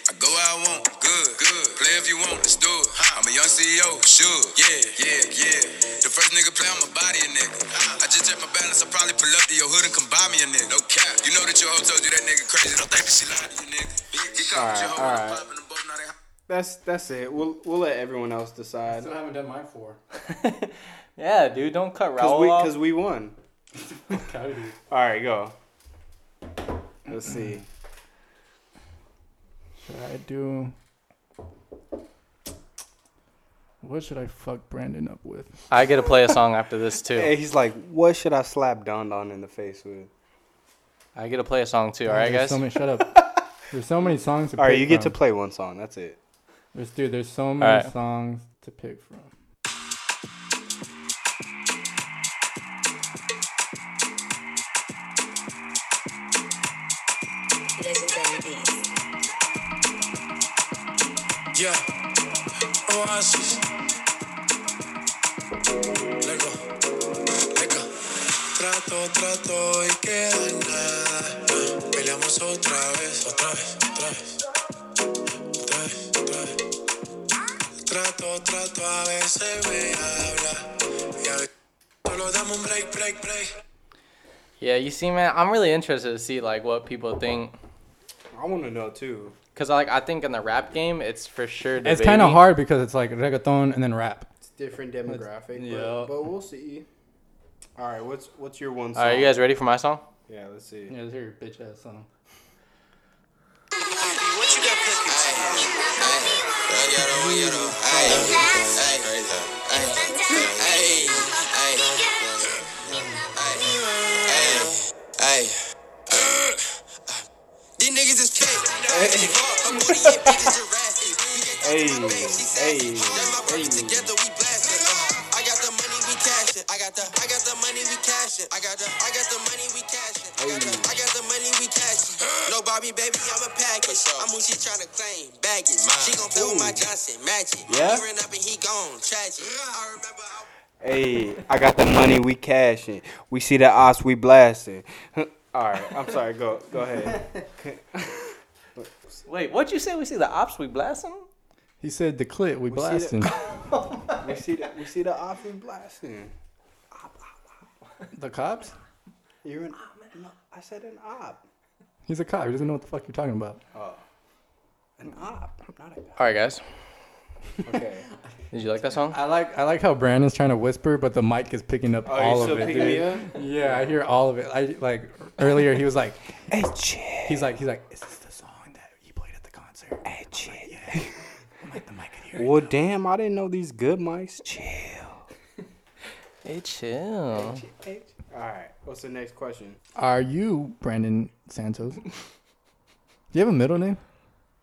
[SPEAKER 3] I go where I want, good, good. Play if you want, let's do it. I'm a young CEO, sure. Yeah, yeah, yeah. The first nigga play, I'ma body a nigga. I just check my balance, I probably pull up to your hood and come buy me a nigga. No cap. You know that your hoe told you that nigga crazy. Don't think that she lied to you, nigga. Get caught with your hoe and
[SPEAKER 5] Alright,
[SPEAKER 3] I'm
[SPEAKER 5] alright.
[SPEAKER 3] popping them both, now they
[SPEAKER 5] That's that's it. We'll we'll let everyone else decide.
[SPEAKER 4] haven't done mine for.
[SPEAKER 1] Yeah, dude, don't cut
[SPEAKER 5] Cause
[SPEAKER 1] Raul
[SPEAKER 5] we
[SPEAKER 1] off.
[SPEAKER 5] cause we won. All right, go. Let's see.
[SPEAKER 4] Should I do? What should I fuck Brandon up with?
[SPEAKER 1] I get to play a song after this too.
[SPEAKER 5] Hey, he's like, what should I slap Don Don in the face with?
[SPEAKER 1] I get to play a song too. All right,
[SPEAKER 4] There's
[SPEAKER 1] guys.
[SPEAKER 4] So many, shut up. There's so many songs to
[SPEAKER 5] All right,
[SPEAKER 4] pick
[SPEAKER 5] you get to
[SPEAKER 4] from.
[SPEAKER 5] play one song. That's it.
[SPEAKER 4] There's, dude, there's so many
[SPEAKER 1] right.
[SPEAKER 4] songs to pick from.
[SPEAKER 6] Legendary beats.
[SPEAKER 2] Yeah. Oasis. Lego. Lego. Trato, trato y queda en nada. Peleamos otra vez, otra vez, otra vez. Otra vez, otra vez. Trato, trato, a veces me habla. Y a veces solo dame un break, break, break.
[SPEAKER 1] Yeah, you see, man, I'm really interested to see like what people think.
[SPEAKER 5] I want to know too.
[SPEAKER 1] Cause like I think in the rap game, it's for sure.
[SPEAKER 4] It's
[SPEAKER 1] DaBaby.
[SPEAKER 4] kind of hard because it's like reggaeton and then rap.
[SPEAKER 5] It's different demographic.
[SPEAKER 1] yeah.
[SPEAKER 5] But, but we'll see. All right, what's what's your one song?
[SPEAKER 1] All right, you guys ready for my song?
[SPEAKER 5] Yeah, let's see.
[SPEAKER 4] Yeah, let's hear your bitch ass song.
[SPEAKER 3] What you got cooking tonight? Ay, yada, oh, yada. Ay, ay, ay, ay, ay, ay, ay. These niggas is paid. I'm gonna get bitches harassed. We get
[SPEAKER 5] Hey, hey, hey.
[SPEAKER 3] together, we blasting. Uh, I got the money, we cashing. I got the, I got the money, we cashing. I got the, I got the money, we cashing. I got the, I got the money, we cashing. No Bobby, baby, I'm a package. I'm who she tryna claim baggage. She gon' play with my Johnson magic.
[SPEAKER 5] Yeah?
[SPEAKER 3] He ran up and he gone tragic. I remember. I-
[SPEAKER 5] Hey, I got the money, we cashing. We see the ops, we blasting. All right, I'm sorry. Go, go ahead.
[SPEAKER 1] Wait, what'd you say? We see the ops, we blast them.
[SPEAKER 4] He said the clit we
[SPEAKER 5] see
[SPEAKER 4] blasting.
[SPEAKER 5] We see the, we see the ops, we blasting.
[SPEAKER 4] the cops?
[SPEAKER 5] You're an op. No, I said an op.
[SPEAKER 4] He's a cop. He doesn't know what the fuck you're talking about.
[SPEAKER 5] An op, not a cop.
[SPEAKER 1] All right, guys.
[SPEAKER 5] Okay.
[SPEAKER 1] Did you like that song?
[SPEAKER 4] I like I like how Brandon's trying to whisper, but the mic is Oh, picking up all of it. dude. Yeah, I hear all of it. I like earlier he was like,
[SPEAKER 5] Hey, chick.
[SPEAKER 4] he's like, he's like, is this the song that you played at the concert?
[SPEAKER 5] Hey, chick.
[SPEAKER 4] I'm like, the mic could hear it.
[SPEAKER 5] Well, damn, I didn't know these good mics. Chill.
[SPEAKER 1] Hey, chill.
[SPEAKER 5] All right. What's the next question?
[SPEAKER 4] Are you Brandon Santos? Do you have a middle name?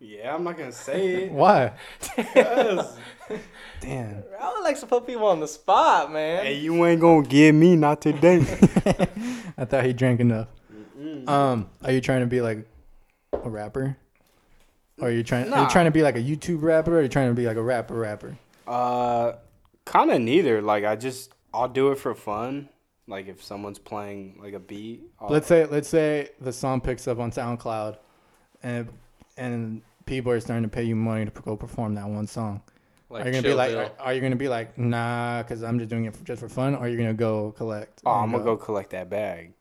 [SPEAKER 5] Yeah, I'm not gonna say it.
[SPEAKER 4] Why?
[SPEAKER 5] Yes.
[SPEAKER 4] Damn.
[SPEAKER 1] Raul likes to put people on the spot, man.
[SPEAKER 5] hey, you ain't gonna get me not today.
[SPEAKER 4] I thought he drank enough. Um, are you trying to be like a rapper? Or are you trying? Are
[SPEAKER 5] Nah.
[SPEAKER 4] you trying to be like a YouTube rapper? Or are you trying to be like a rapper rapper?
[SPEAKER 5] Uh, kind of neither. Like I just I'll do it for fun. Like if someone's playing like a beat, I'll,
[SPEAKER 4] Let's say let's say the song picks up on SoundCloud, and and people are starting to pay you money to go perform that one song.
[SPEAKER 1] Like,
[SPEAKER 4] are you gonna be
[SPEAKER 1] chill,
[SPEAKER 4] like,
[SPEAKER 1] Bill.
[SPEAKER 4] are, are you gonna be like, nah, because I'm just doing it for, just for fun, or are you gonna go collect?
[SPEAKER 5] oh,
[SPEAKER 4] and
[SPEAKER 5] I'm gonna go collect that bag.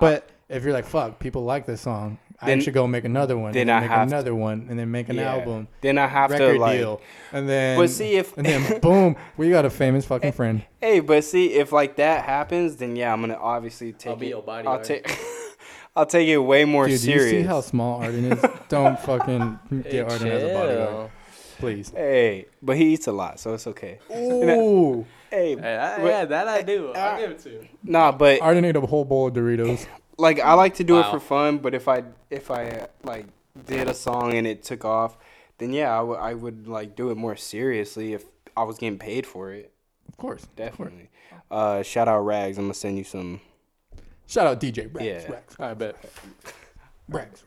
[SPEAKER 4] But if you're like, fuck, people like this song,
[SPEAKER 5] Then-
[SPEAKER 4] I should go make another one.
[SPEAKER 5] then
[SPEAKER 4] and
[SPEAKER 5] I
[SPEAKER 4] make
[SPEAKER 5] have to-
[SPEAKER 4] another one, and then make an
[SPEAKER 5] Yeah.
[SPEAKER 4] album,
[SPEAKER 5] Then I have
[SPEAKER 4] record
[SPEAKER 5] to like.
[SPEAKER 4] deal, and then.
[SPEAKER 5] But see if- Eh,
[SPEAKER 4] and then boom, we got a famous fucking friend.
[SPEAKER 5] Hey, but see if like that happens, then yeah, I'm gonna obviously take.
[SPEAKER 1] be
[SPEAKER 5] it-
[SPEAKER 1] your body
[SPEAKER 5] I'll
[SPEAKER 1] guard.
[SPEAKER 5] take. I'll take it way more
[SPEAKER 4] Dude, do you
[SPEAKER 5] serious.
[SPEAKER 4] see how small Arden is? Don't fucking get
[SPEAKER 1] Hey,
[SPEAKER 4] Arden as a bodyguard,
[SPEAKER 1] chill.
[SPEAKER 4] please.
[SPEAKER 5] Hey, but he eats a lot, so it's okay.
[SPEAKER 4] Ooh.
[SPEAKER 5] Hey,
[SPEAKER 1] Hey, I-
[SPEAKER 5] but-
[SPEAKER 1] yeah, that I do.
[SPEAKER 4] Uh,
[SPEAKER 1] I give it to you.
[SPEAKER 5] nah, but
[SPEAKER 4] Arden ate a whole bowl of Doritos.
[SPEAKER 5] like I like to do it
[SPEAKER 1] Wow.
[SPEAKER 5] for fun, but if I if I uh, like did a song and it took off, then yeah, I would I would like do it more seriously if I was getting paid for it.
[SPEAKER 4] Of course.
[SPEAKER 5] Definitely. Uh, shout out Rags. I'm gonna send you some.
[SPEAKER 4] Shout out DJ Rex.
[SPEAKER 5] Yeah.
[SPEAKER 4] Rex,
[SPEAKER 1] I bet.
[SPEAKER 4] Rex, Rex,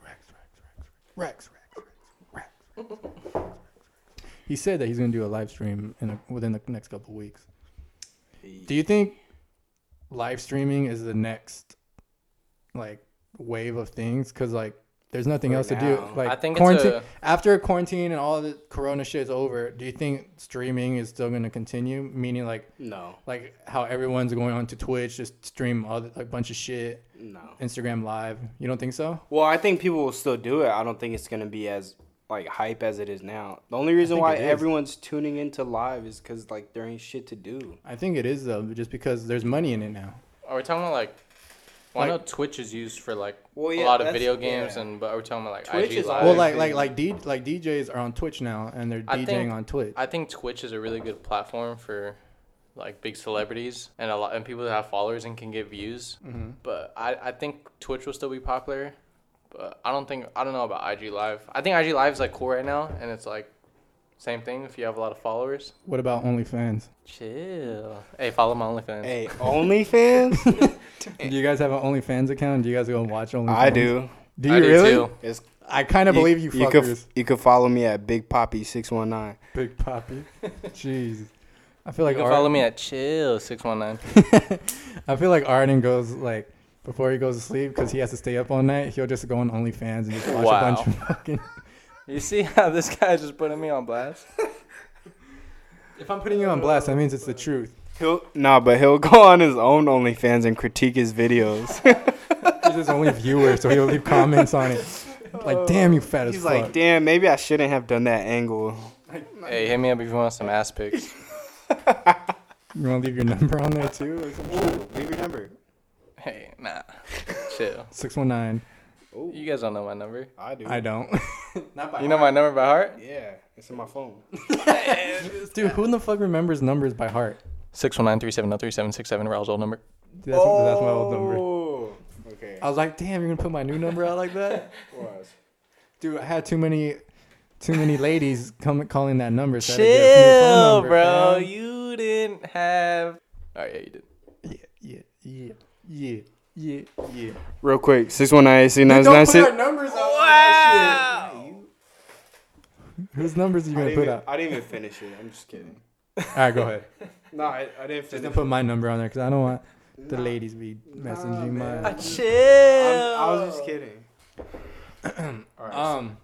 [SPEAKER 4] Rex, Rex, Rex, Rex, Rex, Rex, Rex, Rex, Rex, Rex, Rex, Rex, Rex. He said that he's going to do a live stream in a, within the next couple weeks. Do you think live streaming is the next like wave of things? Because like, there's nothing else to do.
[SPEAKER 5] now.
[SPEAKER 4] Like,
[SPEAKER 1] I think it's
[SPEAKER 4] quarantine
[SPEAKER 1] a-
[SPEAKER 4] after quarantine and all the Corona shit's over. Do you think streaming is still going to continue? Meaning like
[SPEAKER 5] No,
[SPEAKER 4] like how everyone's going on to Twitch, just stream all the, a bunch of shit,
[SPEAKER 5] no.
[SPEAKER 4] Instagram live. You don't think so?
[SPEAKER 5] Well, I think people will still do it. I don't think it's gonna be as like hype as it is now. The only reason
[SPEAKER 4] think
[SPEAKER 5] why
[SPEAKER 4] it is.
[SPEAKER 5] everyone's tuning into live is because like there ain't shit to do.
[SPEAKER 4] I think it is though, just because there's money in it now.
[SPEAKER 1] Are we talking about like? Well, I
[SPEAKER 4] Like-
[SPEAKER 1] know Twitch is used for like
[SPEAKER 5] Well,
[SPEAKER 1] a
[SPEAKER 5] yeah,
[SPEAKER 1] lot of
[SPEAKER 5] that's-
[SPEAKER 1] video games,
[SPEAKER 5] yeah.
[SPEAKER 1] and but are we talking about like
[SPEAKER 5] Twitch
[SPEAKER 1] IG
[SPEAKER 5] is
[SPEAKER 1] Live?
[SPEAKER 5] I
[SPEAKER 4] Well, like
[SPEAKER 5] agree.
[SPEAKER 4] like like D, like DJs are on Twitch now, and they're
[SPEAKER 1] I
[SPEAKER 4] DJing
[SPEAKER 1] think-
[SPEAKER 4] on Twitch.
[SPEAKER 1] I think Twitch is a really good platform for like big celebrities and a lot and people that have followers and can get views. But I, I think Twitch will still be popular. But I don't think I don't know about IG Live. I think IG Live is like cool right now, and it's like same thing if you have a lot of followers.
[SPEAKER 4] what about OnlyFans?
[SPEAKER 1] Chill. Hey, follow my OnlyFans.
[SPEAKER 5] Hey, OnlyFans?
[SPEAKER 1] Eh.
[SPEAKER 4] Do you guys have an OnlyFans account? Do you guys go and watch OnlyFans?
[SPEAKER 5] I do.
[SPEAKER 4] Do you
[SPEAKER 1] I do
[SPEAKER 4] really?
[SPEAKER 1] too.
[SPEAKER 5] It's,
[SPEAKER 4] I kind of believe you,
[SPEAKER 5] You
[SPEAKER 4] fuckers,
[SPEAKER 5] could you could follow me at Big Poppy six one nine.
[SPEAKER 4] Big Poppy. Jeez, I feel like
[SPEAKER 1] You can
[SPEAKER 4] Ar-
[SPEAKER 1] follow me at chill six one nine.
[SPEAKER 4] I feel like Arden goes like before he goes to sleep because he has to stay up all night. He'll just go on OnlyFans and just watch a bunch of fucking.
[SPEAKER 1] You see how this guy just putting me on blast?
[SPEAKER 4] If I'm putting you on blast, that means it's the truth.
[SPEAKER 5] He'll nah, but he'll go on his own OnlyFans and critique his videos.
[SPEAKER 4] He's his only viewer, so he'll leave comments on it. Like, damn, you fat as
[SPEAKER 5] He's
[SPEAKER 4] fuck.
[SPEAKER 5] like, damn, maybe I shouldn't have done that angle.
[SPEAKER 1] hey, hit me up if you want some ass pics.
[SPEAKER 4] you want to leave your number on there too?
[SPEAKER 5] Leave your number.
[SPEAKER 1] Hey, nah. Chill.
[SPEAKER 4] Six one nine.
[SPEAKER 1] You guys don't know my number.
[SPEAKER 5] I do.
[SPEAKER 4] I don't. Not by
[SPEAKER 1] You know my number by heart?
[SPEAKER 5] yeah, it's in my phone.
[SPEAKER 4] Dude, who in the fuck remembers numbers by heart?
[SPEAKER 1] Six one nine three seven zero three seven six seven. Raul's old number.
[SPEAKER 4] That's, that's my old number.
[SPEAKER 5] Oh, okay.
[SPEAKER 4] I was like, damn, you're gonna put my new number out like that?
[SPEAKER 5] Was.
[SPEAKER 4] Dude, I had too many, too many ladies come calling that number. So I had to get a new phone
[SPEAKER 1] Chill,
[SPEAKER 4] number,
[SPEAKER 1] bro.
[SPEAKER 4] fam.
[SPEAKER 1] You didn't have. Oh yeah, you did.
[SPEAKER 4] Yeah, yeah, yeah, yeah, yeah.
[SPEAKER 5] Real quick, six one nine eight six nine nine
[SPEAKER 4] Don't put
[SPEAKER 5] six.
[SPEAKER 4] our numbers out. Wow. Whose numbers are you gonna put out?
[SPEAKER 5] I didn't even finish it. I'm just kidding.
[SPEAKER 4] All right, go ahead.
[SPEAKER 5] No, I, I didn't
[SPEAKER 4] I'm
[SPEAKER 5] finish.
[SPEAKER 4] gonna put my number on there because I don't want the ladies be messaging my.
[SPEAKER 5] I was just kidding. All right.
[SPEAKER 4] Um,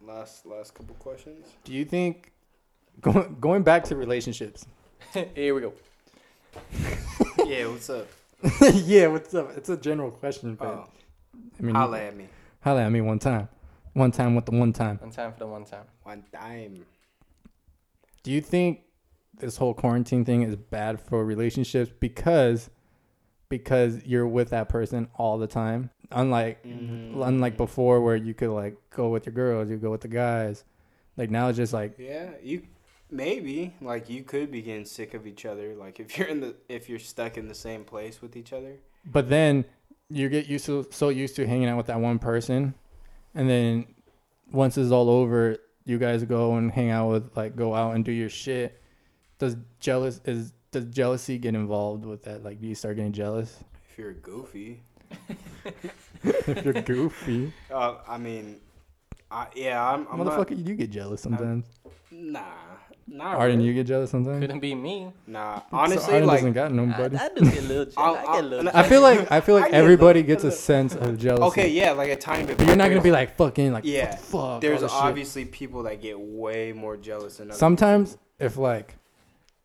[SPEAKER 5] last last couple questions.
[SPEAKER 4] do you think going going back to relationships?
[SPEAKER 1] Here we go.
[SPEAKER 5] yeah, what's up?
[SPEAKER 4] yeah, what's up? It's a general question, but
[SPEAKER 5] Oh,
[SPEAKER 4] I mean,
[SPEAKER 5] holla at me
[SPEAKER 4] holla at me one time, one time with the one time.
[SPEAKER 1] One time for the one time.
[SPEAKER 5] one time.
[SPEAKER 4] Do you think this whole quarantine thing is bad for relationships because because you're with that person all the time? Unlike
[SPEAKER 5] Mm-hmm.
[SPEAKER 4] unlike before where you could like go with your girls, you go with the guys. Like now it's just like
[SPEAKER 5] Yeah, you maybe like you could be getting sick of each other. Like if you're in the if you're stuck in the same place with each other.
[SPEAKER 4] but then you get used to so used to hanging out with that one person and then once it's all over, you guys go and hang out with like go out and do your shit. Does jealous is does jealousy get involved with that? Like do you start getting jealous?
[SPEAKER 5] If you're goofy,
[SPEAKER 4] if you're goofy.
[SPEAKER 5] uh, I mean, I, yeah, I'm. I'm
[SPEAKER 4] Motherfucker,
[SPEAKER 5] not,
[SPEAKER 4] you do get jealous sometimes.
[SPEAKER 5] nah, not
[SPEAKER 4] Arden,
[SPEAKER 5] really.
[SPEAKER 4] you get jealous sometimes.
[SPEAKER 1] Couldn't be me.
[SPEAKER 5] Nah,
[SPEAKER 4] so
[SPEAKER 5] honestly,
[SPEAKER 4] Arden
[SPEAKER 5] like
[SPEAKER 4] doesn't got nobody. I,
[SPEAKER 1] do get a little. Chill.
[SPEAKER 5] I'll- I'll-
[SPEAKER 4] I feel like I feel
[SPEAKER 5] I
[SPEAKER 4] like
[SPEAKER 5] get a
[SPEAKER 4] everybody
[SPEAKER 5] little-
[SPEAKER 4] gets a sense of jealousy.
[SPEAKER 5] okay, yeah, like a tiny bit.
[SPEAKER 4] but you're not gonna be like fucking like
[SPEAKER 5] yeah.
[SPEAKER 4] yeah. Fuck.
[SPEAKER 5] There's
[SPEAKER 4] all this shit."
[SPEAKER 5] obviously people that get way more jealous than others.
[SPEAKER 4] Sometimes if like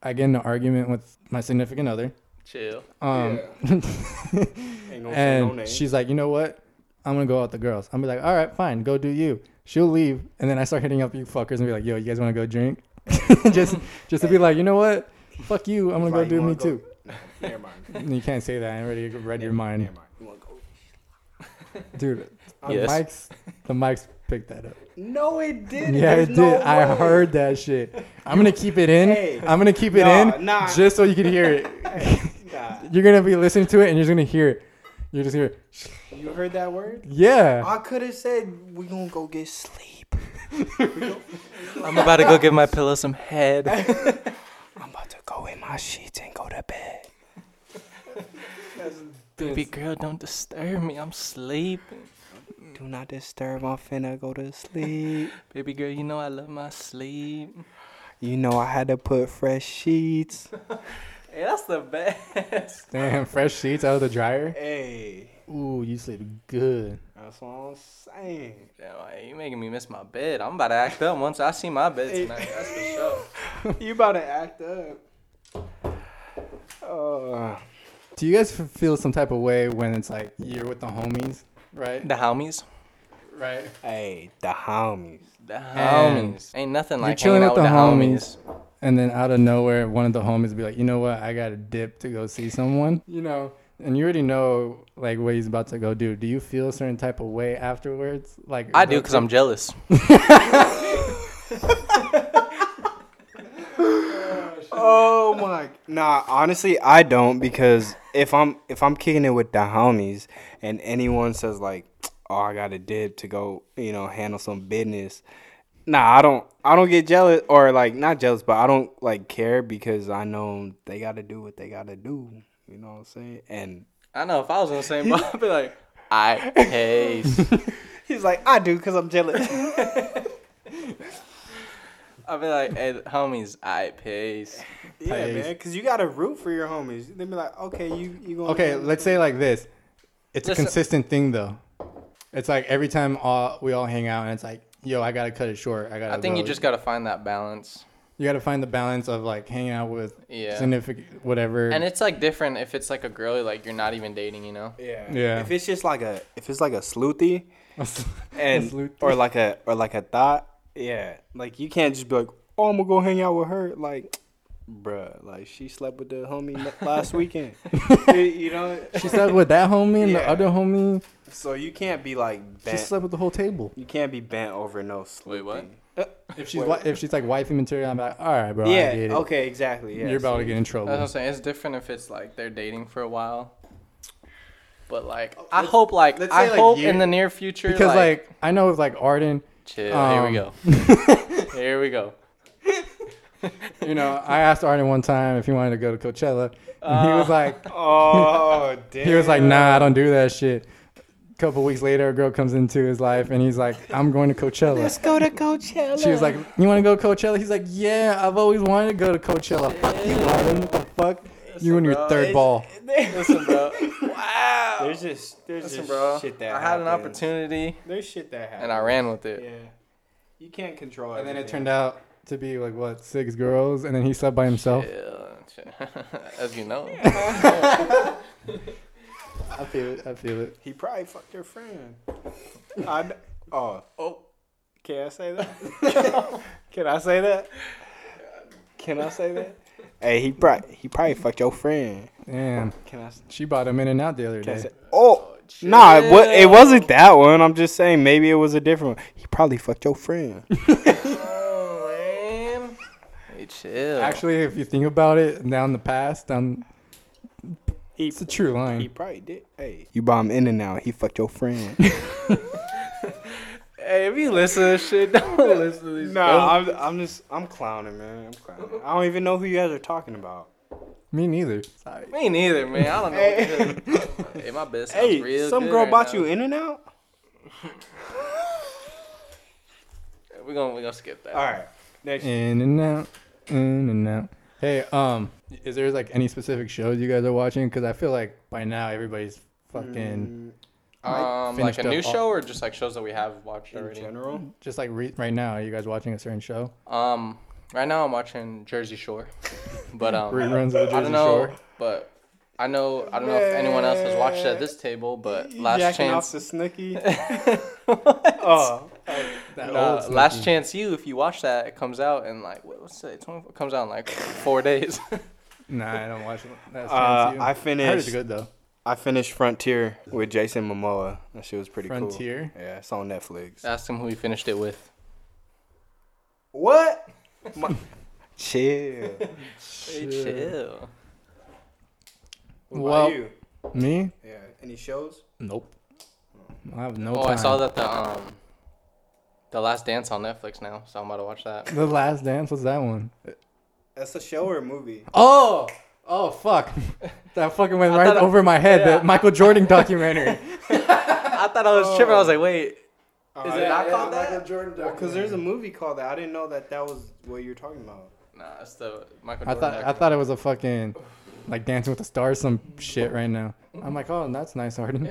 [SPEAKER 4] I get in an argument with my significant other,
[SPEAKER 1] Chill.
[SPEAKER 4] um,
[SPEAKER 5] Ain't gonna say no
[SPEAKER 4] and
[SPEAKER 5] name.
[SPEAKER 4] she's like, you know what? I'm gonna go out with the girls. I'm be like, all right, fine, go do you. She'll leave, and then I start hitting up you fuckers and be like, yo, you guys wanna go drink? just just to be like, you know what? Fuck you. I'm gonna
[SPEAKER 5] Like,
[SPEAKER 4] go
[SPEAKER 5] you
[SPEAKER 4] do me
[SPEAKER 5] wanna go-
[SPEAKER 4] too.
[SPEAKER 5] Never mind.
[SPEAKER 4] You can't say that. I already read your mind.
[SPEAKER 5] Never mind. You wanna go?
[SPEAKER 4] Dude, the
[SPEAKER 1] Yes.
[SPEAKER 4] mics, the mics picked that up.
[SPEAKER 5] No, it didn't.
[SPEAKER 4] Yeah,
[SPEAKER 5] There's
[SPEAKER 4] it
[SPEAKER 5] no
[SPEAKER 4] did. I
[SPEAKER 5] way.
[SPEAKER 4] heard that shit. I'm gonna keep it in.
[SPEAKER 5] Hey.
[SPEAKER 4] I'm gonna keep it
[SPEAKER 5] Nah,
[SPEAKER 4] in
[SPEAKER 5] nah.
[SPEAKER 4] just so you can hear it.
[SPEAKER 5] Nah,
[SPEAKER 4] you're gonna be listening to it and you're just gonna hear it. You're just hear, it.
[SPEAKER 5] you heard that word?
[SPEAKER 4] yeah.
[SPEAKER 5] I could have said we gonna go get sleep.
[SPEAKER 1] I'm about to go give my pillow some head.
[SPEAKER 5] I'm about to go in my sheets and go to bed.
[SPEAKER 1] Baby girl, don't disturb me. I'm sleeping.
[SPEAKER 5] Do not disturb. I'm finna go to sleep.
[SPEAKER 1] Baby girl, you know I love my sleep.
[SPEAKER 5] You know I had to put fresh sheets.
[SPEAKER 1] Hey, that's the best.
[SPEAKER 4] Damn, fresh sheets out of the dryer.
[SPEAKER 5] Hey,
[SPEAKER 4] Ooh, you sleep good.
[SPEAKER 5] that's what I'm saying.
[SPEAKER 1] Damn, like, you making me miss my bed. I'm about to act up once I see my bed tonight. That's for sure.
[SPEAKER 5] you about to act up. Uh,
[SPEAKER 4] Do you guys f- feel some type of way when it's like you're with the homies, right?
[SPEAKER 1] The homies.
[SPEAKER 4] Right.
[SPEAKER 5] hey, the homies.
[SPEAKER 1] The
[SPEAKER 4] And
[SPEAKER 1] homies. Ain't nothing like
[SPEAKER 4] chilling
[SPEAKER 1] hanging out
[SPEAKER 4] with
[SPEAKER 1] with the
[SPEAKER 4] the
[SPEAKER 1] homies.
[SPEAKER 4] And then out of nowhere, one of the homies be like, you know what? I got to dip to go see someone, you know? And you already know like what he's about to go do. Do you feel a certain type of way afterwards? Like
[SPEAKER 1] I do because I'm jealous.
[SPEAKER 5] Oh my. Nah, honestly, I don't because if I'm if I'm kicking it with the homies and anyone says like, "Oh, I got a dip to go," you know, handle some business. Nah, I don't. I don't get jealous or like not jealous, but I don't like care because I know they got to do what they got to do. You know what I'm saying? And
[SPEAKER 1] I know if I was on the same boat, I'd be like, I pace.
[SPEAKER 5] he's like, "I do because I'm jealous."
[SPEAKER 1] I'd be like, hey, homies, I pace.
[SPEAKER 5] yeah,
[SPEAKER 4] Pays.
[SPEAKER 5] man, because you got to root for your homies. They be like, "Okay, you you going
[SPEAKER 4] Okay, let's say like this. It's a
[SPEAKER 1] Listen-
[SPEAKER 4] consistent thing though. It's like every time all, we all hang out and it's like, yo, I got to cut it short. I got to
[SPEAKER 1] I think you just got to find that balance.
[SPEAKER 4] you got to find the balance of like hanging out with
[SPEAKER 1] Yeah.
[SPEAKER 4] significant whatever.
[SPEAKER 1] And it's like different if it's like a girl like you're not even dating, you know?
[SPEAKER 5] Yeah.
[SPEAKER 4] Yeah.
[SPEAKER 5] If it's just like a if it's like a sleuthy
[SPEAKER 4] it's
[SPEAKER 5] and or like a or like a thought, yeah. Like you can't just be like, oh, I'm gonna go hang out with her. Like, bruh, like she slept with the homie n- last weekend. you, you know,
[SPEAKER 4] she slept with that homie and the
[SPEAKER 5] Yeah.
[SPEAKER 4] other homie.
[SPEAKER 5] so you can't be like
[SPEAKER 4] She
[SPEAKER 5] bent.
[SPEAKER 4] slept with the whole table.
[SPEAKER 5] you can't be bent over no sleuthy.
[SPEAKER 1] Wait, what?
[SPEAKER 4] If she's wi- if she's like wifey material, I'm like, all right, bro, I get
[SPEAKER 5] Yeah.
[SPEAKER 4] it.
[SPEAKER 5] Okay. Exactly. Yeah.
[SPEAKER 4] You're about
[SPEAKER 5] so
[SPEAKER 4] to get in
[SPEAKER 1] That's what I'm
[SPEAKER 4] trouble.
[SPEAKER 1] saying. It's different if it's like they're dating for a while. But like, I hope like
[SPEAKER 5] let's
[SPEAKER 1] I
[SPEAKER 5] say, like,
[SPEAKER 1] hope
[SPEAKER 5] year-
[SPEAKER 1] in the near future
[SPEAKER 4] Because like, I know with like Arden,
[SPEAKER 1] chill. here we
[SPEAKER 5] um,
[SPEAKER 1] go. here we go.
[SPEAKER 4] you know, I asked Arden one time if he wanted to go to Coachella, and
[SPEAKER 1] Uh,
[SPEAKER 4] he was like,
[SPEAKER 5] Oh damn.
[SPEAKER 4] he was like, nah, I don't do that shit. A couple weeks later, a girl comes into his life, and he's like, I'm going to Coachella. Let's go to Coachella. She was like, you want to go to Coachella? He's like, yeah, I've always wanted to go to Coachella. Fuck you, Arden. What the fuck? You and your third ball.
[SPEAKER 1] Listen, bro. wow.
[SPEAKER 5] There's just there's
[SPEAKER 1] Listen,
[SPEAKER 5] just
[SPEAKER 1] bro.
[SPEAKER 5] shit that
[SPEAKER 1] I had an
[SPEAKER 5] happens.
[SPEAKER 1] opportunity
[SPEAKER 5] There's shit that happens.
[SPEAKER 1] and I ran with it.
[SPEAKER 5] Yeah. You can't control it.
[SPEAKER 4] And then it turned out to be like what six girls, and then he slept by himself.
[SPEAKER 1] As you know.
[SPEAKER 4] I feel it. I feel it.
[SPEAKER 5] He probably fucked your friend. I kn- oh oh. Can I say that? Can I say that? Can I say that? Hey, he probably he probably fucked your friend.
[SPEAKER 4] Damn,
[SPEAKER 5] Can I? s-
[SPEAKER 4] she bought him in and out the other
[SPEAKER 5] Can I
[SPEAKER 4] day.
[SPEAKER 5] say? Oh, nah, it, wa- it wasn't that one. I'm just saying maybe it was a different one. He probably fucked your friend.
[SPEAKER 1] Oh, man. Hey, chill.
[SPEAKER 4] Actually, if you think about it, down the past, down
[SPEAKER 5] He
[SPEAKER 4] it's a true
[SPEAKER 5] he
[SPEAKER 4] line.
[SPEAKER 5] probably did. Hey, you bomb in and out. He fucked your friend.
[SPEAKER 1] hey, if you listen to this shit, don't listen to these.
[SPEAKER 5] nah, I'm I'm just I'm clowning, man. I'm clowning. I don't even know who you guys are talking about.
[SPEAKER 4] Me neither.
[SPEAKER 1] Me neither, man. I don't know. what the hell- hey, my best.
[SPEAKER 5] Hey,
[SPEAKER 1] real
[SPEAKER 5] some
[SPEAKER 1] good
[SPEAKER 5] girl
[SPEAKER 1] right
[SPEAKER 5] bought
[SPEAKER 1] now.
[SPEAKER 5] you in and out.
[SPEAKER 1] We're gonna we're gonna skip that.
[SPEAKER 5] All right, next.
[SPEAKER 4] In and out, in and out. Hey, um, is there like any specific shows you guys are watching? Because I feel like by now everybody's
[SPEAKER 1] Mm.
[SPEAKER 4] fucking
[SPEAKER 1] Um, like
[SPEAKER 4] finished
[SPEAKER 1] a new
[SPEAKER 4] up all-
[SPEAKER 1] show or just like shows that we have watched already.
[SPEAKER 5] general.
[SPEAKER 4] just like re- right now. Are you guys watching a certain show?
[SPEAKER 1] Um, right now I'm watching Jersey Shore, but um,
[SPEAKER 4] Reruns of the
[SPEAKER 1] I
[SPEAKER 4] Jersey
[SPEAKER 1] don't know,
[SPEAKER 4] Shore.
[SPEAKER 1] but I know I don't know if anyone else has watched it at this table, but last
[SPEAKER 5] Jacking off
[SPEAKER 1] chance,
[SPEAKER 5] to Snooki. oh,
[SPEAKER 1] uh, last chance you. If you watch that, it comes out in like what, what's it? 24 It comes out in like four days.
[SPEAKER 4] Nah, I don't watch. That's
[SPEAKER 5] Uh,
[SPEAKER 4] you.
[SPEAKER 5] I
[SPEAKER 4] heard it's
[SPEAKER 5] finished.
[SPEAKER 4] good though.
[SPEAKER 5] I finished Frontier with Jason Momoa. That shit was pretty
[SPEAKER 4] Frontier?
[SPEAKER 5] cool. Yeah, it's on Netflix.
[SPEAKER 1] Ask him who he finished it with.
[SPEAKER 5] What? My- Chill.
[SPEAKER 1] Hey, chill.
[SPEAKER 5] What
[SPEAKER 4] Well-
[SPEAKER 5] about you?
[SPEAKER 4] Me?
[SPEAKER 5] Yeah. Any shows?
[SPEAKER 4] Nope. I have no
[SPEAKER 1] Oh,
[SPEAKER 4] time.
[SPEAKER 1] I saw that the um, the Last Dance on Netflix now, so I'm about to watch that.
[SPEAKER 4] The Last Dance. What's that one?
[SPEAKER 5] That's a show or a movie?
[SPEAKER 4] Oh, oh fuck! That fucking went right
[SPEAKER 1] thought I-
[SPEAKER 4] over my head. That Michael Jordan documentary.
[SPEAKER 1] I thought I was tripping. I was like, wait,
[SPEAKER 5] Is
[SPEAKER 1] it not called that?
[SPEAKER 8] Michael Jordan
[SPEAKER 5] Because there's a movie called that. I didn't know that that was what you're talking about.
[SPEAKER 1] Nah, it's the Michael Jordan.
[SPEAKER 4] I thought I
[SPEAKER 1] documentary.
[SPEAKER 4] thought it was a fucking like Dancing with the Stars some shit right now. I'm like, oh, that's nice, Arden.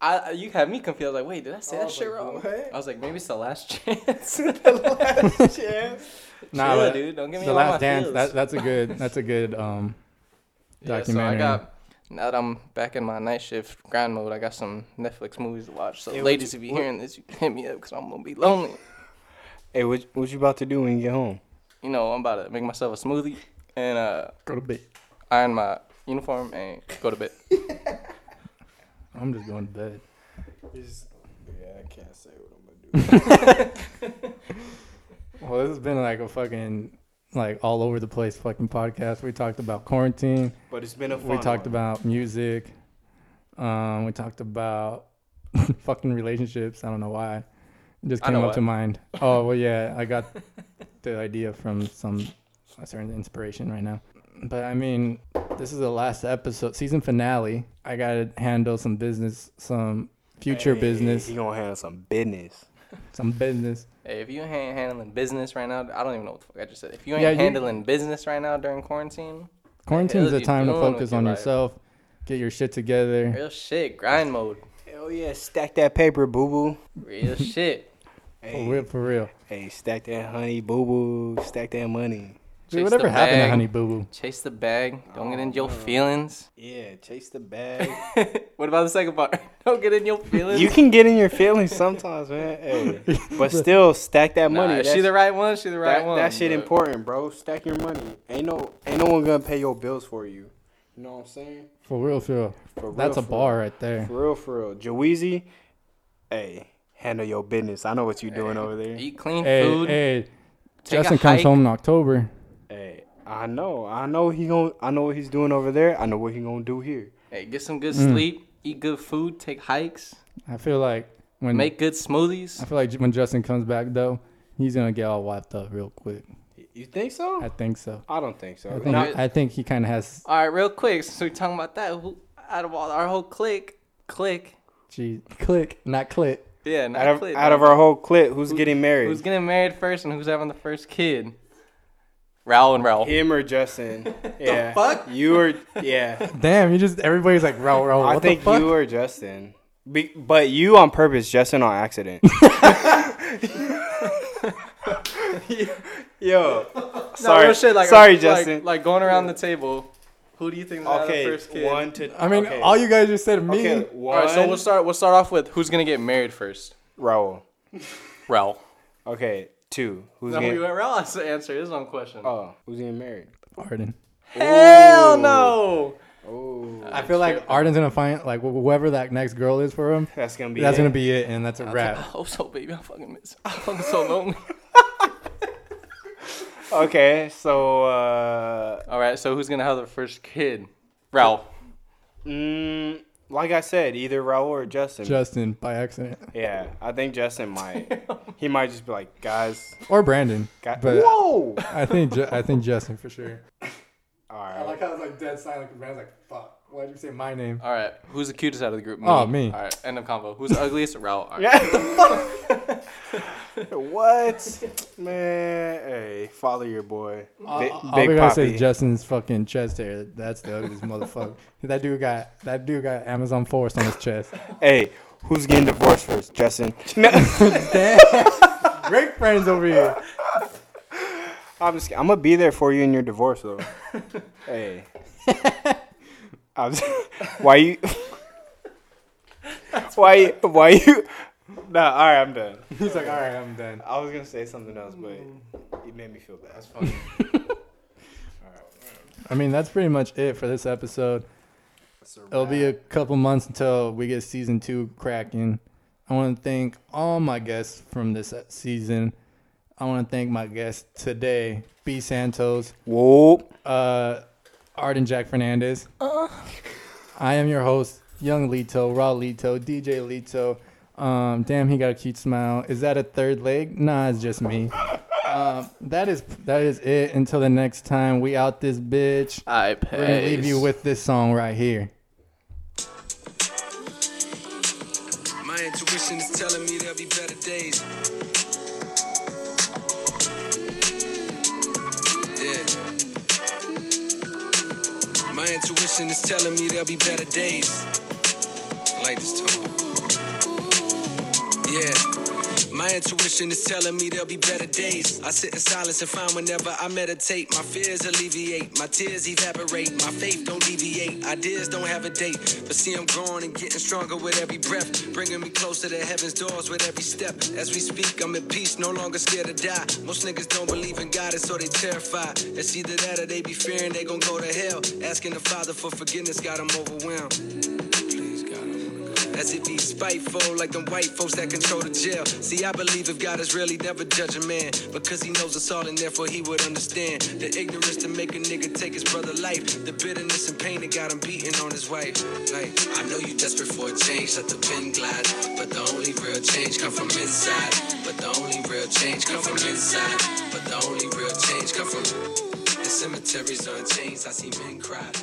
[SPEAKER 1] I uh, you had me confused. I was like, wait, did Oh, I say that
[SPEAKER 5] was
[SPEAKER 1] shit
[SPEAKER 5] like,
[SPEAKER 1] wrong?
[SPEAKER 5] what?
[SPEAKER 1] I was like, maybe it's the last chance.
[SPEAKER 4] Nah,
[SPEAKER 1] Chill,
[SPEAKER 4] but
[SPEAKER 1] dude, don't give me
[SPEAKER 4] the
[SPEAKER 1] all my
[SPEAKER 4] Last Dance.
[SPEAKER 1] feels.
[SPEAKER 4] That, that's a good. That's a good um
[SPEAKER 1] Yeah, so I
[SPEAKER 4] documentary.
[SPEAKER 1] got now that I'm back in my night shift grind mode. I got some Netflix movies to watch. So
[SPEAKER 5] Hey,
[SPEAKER 1] ladies,
[SPEAKER 5] what-
[SPEAKER 1] if you're
[SPEAKER 5] what-
[SPEAKER 1] hearing this, you can hit me up because I'm gonna be lonely.
[SPEAKER 5] Hey, what what you about to do when you get home?
[SPEAKER 1] You know, I'm about to make myself a smoothie and uh,
[SPEAKER 4] Go to bed.
[SPEAKER 1] iron my uniform and go to bed.
[SPEAKER 4] I'm just going to bed.
[SPEAKER 5] yeah, I can't say what I'm gonna do.
[SPEAKER 4] Well, this has been like a fucking like all over the place fucking podcast. We talked about quarantine.
[SPEAKER 5] but it's been a fun.
[SPEAKER 4] We talked
[SPEAKER 5] one.
[SPEAKER 4] about music. Um, we talked about fucking relationships. I don't know why. It just
[SPEAKER 1] I
[SPEAKER 4] came
[SPEAKER 1] know
[SPEAKER 4] up
[SPEAKER 1] why.
[SPEAKER 4] to mind. Oh well, yeah, I got the idea from some a certain inspiration right now. But I mean, this is the last episode, season finale. I gotta handle some business, some future
[SPEAKER 5] Hey,
[SPEAKER 4] business,
[SPEAKER 5] He gonna handle some business.
[SPEAKER 4] some business.
[SPEAKER 1] Hey, if you ain't handling business right now, I don't even know what the fuck I just said. If you ain't
[SPEAKER 4] Yeah, you-
[SPEAKER 1] handling business right now during quarantine,
[SPEAKER 4] Quarantine's
[SPEAKER 1] hell
[SPEAKER 4] a
[SPEAKER 1] you
[SPEAKER 4] time to
[SPEAKER 1] doing with
[SPEAKER 4] focus
[SPEAKER 1] your
[SPEAKER 4] on
[SPEAKER 1] life?
[SPEAKER 4] yourself, get your shit together.
[SPEAKER 1] real shit, grind mode,
[SPEAKER 5] Hell yeah, stack that paper, boo boo.
[SPEAKER 1] real shit.
[SPEAKER 5] Hey,
[SPEAKER 4] For real, for real.
[SPEAKER 5] hey, stack that honey, boo boo. Stack that money.
[SPEAKER 4] Dude,
[SPEAKER 1] Chase
[SPEAKER 4] whatever
[SPEAKER 1] the
[SPEAKER 4] happened to
[SPEAKER 1] bag.
[SPEAKER 4] Honey Boo Boo?
[SPEAKER 1] Chase the bag. Don't get in
[SPEAKER 5] Oh.
[SPEAKER 1] your feelings.
[SPEAKER 5] Yeah, chase the bag.
[SPEAKER 1] what about the second part? Don't get in your feelings.
[SPEAKER 5] you can get in your feelings sometimes, man. Hey, but still, stack that
[SPEAKER 1] Nah,
[SPEAKER 5] money.
[SPEAKER 1] is she
[SPEAKER 5] That's-
[SPEAKER 1] the right one? She the right
[SPEAKER 5] that,
[SPEAKER 1] one.
[SPEAKER 5] that shit
[SPEAKER 1] but-
[SPEAKER 5] important, bro. Stack your money. Ain't no ain't no one gonna pay your bills for you. You know what I'm saying?
[SPEAKER 4] For real, for real.
[SPEAKER 5] For
[SPEAKER 4] That's
[SPEAKER 5] real,
[SPEAKER 4] a
[SPEAKER 5] for
[SPEAKER 4] bar right there.
[SPEAKER 5] Real. For real, for real. Joeezy, hey, handle your business. I know what you doing over there.
[SPEAKER 1] Eat clean
[SPEAKER 4] Hey,
[SPEAKER 1] food.
[SPEAKER 4] hey,
[SPEAKER 1] take a
[SPEAKER 4] Justin comes
[SPEAKER 1] hike.
[SPEAKER 4] home in October.
[SPEAKER 5] Hey, I know. I know he gon' I know what he's doing over there. I know what he gonna do here.
[SPEAKER 1] Hey, get some good
[SPEAKER 5] Mm.
[SPEAKER 1] sleep. Eat good food. Take hikes.
[SPEAKER 4] I feel like when
[SPEAKER 1] Make good smoothies.
[SPEAKER 4] I feel like when Justin comes back though, he's gonna get all wiped up real quick.
[SPEAKER 5] You think so?
[SPEAKER 4] I think so.
[SPEAKER 5] I don't think so.
[SPEAKER 4] I think,
[SPEAKER 1] Not-
[SPEAKER 4] I think he kind of has.
[SPEAKER 1] All right, real quick. Since we're talking about that, who, out of all our whole clique, clique,
[SPEAKER 4] Gee, click, not click.
[SPEAKER 1] yeah, not
[SPEAKER 5] out of,
[SPEAKER 1] clique,
[SPEAKER 5] out of
[SPEAKER 1] but
[SPEAKER 5] our whole clip, who's getting married?
[SPEAKER 1] who's getting married first and who's having the first kid? Raul and Raul.
[SPEAKER 5] him or Justin? Yeah. fuck? You or yeah.
[SPEAKER 4] Damn, you just everybody's like, row, row. What
[SPEAKER 5] I think
[SPEAKER 4] the fuck?
[SPEAKER 5] you or Justin. Be, but you on purpose, Justin on accident. Yo,
[SPEAKER 1] No,
[SPEAKER 5] sorry,
[SPEAKER 1] real shit, like,
[SPEAKER 5] sorry,
[SPEAKER 1] like-
[SPEAKER 5] Justin.
[SPEAKER 1] Like, going around the table, who do you think's having the first
[SPEAKER 5] okay,
[SPEAKER 1] kid?
[SPEAKER 5] one to.
[SPEAKER 4] I mean,
[SPEAKER 5] okay.
[SPEAKER 4] all you guys just said me.
[SPEAKER 5] Okay,
[SPEAKER 1] All
[SPEAKER 5] one.
[SPEAKER 1] right, so we'll start. We'll start off with who's gonna get married first.
[SPEAKER 5] Raul.
[SPEAKER 1] Raul.
[SPEAKER 5] Okay, two. Who's
[SPEAKER 1] No, we
[SPEAKER 5] getting?
[SPEAKER 1] went Raul has to answer his own question.
[SPEAKER 5] Oh, who's getting married?
[SPEAKER 4] Arden.
[SPEAKER 1] Hell no.
[SPEAKER 5] Oh,
[SPEAKER 4] I feel like Arden's gonna find like wh- whoever that next girl is for him.
[SPEAKER 5] that's gonna be.
[SPEAKER 4] That's
[SPEAKER 5] it.
[SPEAKER 4] gonna be it, and that's a
[SPEAKER 1] I
[SPEAKER 4] wrap.
[SPEAKER 1] hope Oh, so, baby. I'm fucking miss. I'm so lonely.
[SPEAKER 5] Okay, so uh,
[SPEAKER 1] All right, so who's gonna have the first kid? Raul.
[SPEAKER 5] mm, like I said, either Raul or Justin.
[SPEAKER 4] Justin by accident,
[SPEAKER 5] yeah, I think Justin might. he might just be like, guys.
[SPEAKER 4] or Brandon.
[SPEAKER 5] guys
[SPEAKER 4] But-
[SPEAKER 5] Whoa.
[SPEAKER 4] I think Ju- I think Justin for sure.
[SPEAKER 5] All
[SPEAKER 4] I
[SPEAKER 5] right.
[SPEAKER 4] like how it's like dead silent. Like, Brand's like, "Fuck, why'd you say my name?"
[SPEAKER 1] All right, who's the cutest out of the group?
[SPEAKER 4] Oh, me.
[SPEAKER 1] All right, end of combo. Who's the ugliest? Raul. All right.
[SPEAKER 5] What? Man, hey, follow your boy. Big,
[SPEAKER 4] All
[SPEAKER 5] big
[SPEAKER 4] we gotta say
[SPEAKER 5] Poppy.
[SPEAKER 4] is Justin's fucking chest hair. That's the ugliest motherfucker. That dude got that dude got Amazon Forest on his chest.
[SPEAKER 5] hey, who's getting divorced first? Justin.
[SPEAKER 4] Damn, great friends over here.
[SPEAKER 5] I'm just, I'm gonna be there for you in your divorce though. hey. I'm just, why you Why you- why you Nah, all right, I'm done.
[SPEAKER 4] He's like, all right, I'm done.
[SPEAKER 5] I was gonna say something else, but it made me feel bad. That's funny.
[SPEAKER 4] I mean, that's pretty much it for this episode. It'll be a couple months until we get season two cracking. I want to thank all my guests from this season. I want to thank my guest today, B Santos,
[SPEAKER 5] Whoa.
[SPEAKER 4] uh, Arden Jack Fernandez. I am your host, Young Lito, Raw Lito, DJ Lito. Um, damn, he got a cute smile. Is that a third leg? Nah, it's just me. Um, that is that is it. Until the next time, we out this bitch.
[SPEAKER 1] I
[SPEAKER 4] We're gonna leave you with this song right here.
[SPEAKER 3] My intuition intuition is telling me there'll be better days. Yeah. My intuition is telling me there'll be better days. I like this tone. Yeah. My intuition is telling me there'll be better days. I sit in silence and find whenever I meditate. My fears alleviate, my tears evaporate, my faith don't deviate. Ideas don't have a date, but see, I'm growing and getting stronger with every breath. Bringing me closer to heaven's doors with every step. As we speak, I'm at peace, no longer scared to die. Most niggas don't believe in God, and so they terrified. It's either that or they be fearing they gon' go to hell. Asking the Father for forgiveness got 'em overwhelmed. Please, God, I wanna go. As it be spiteful, like them white folks that control the jail. See, I believe if God is real, he never judge a man. Because he knows us all, and therefore he would understand. The ignorance to make a nigga take his brother life. The bitterness and pain that got him beating on his wife. Like, I know you desperate for a change, let the pen glide. But the only real change come from inside. But the only real change come from inside. But the only real change come from. The cemeteries are in chains, I see men cry.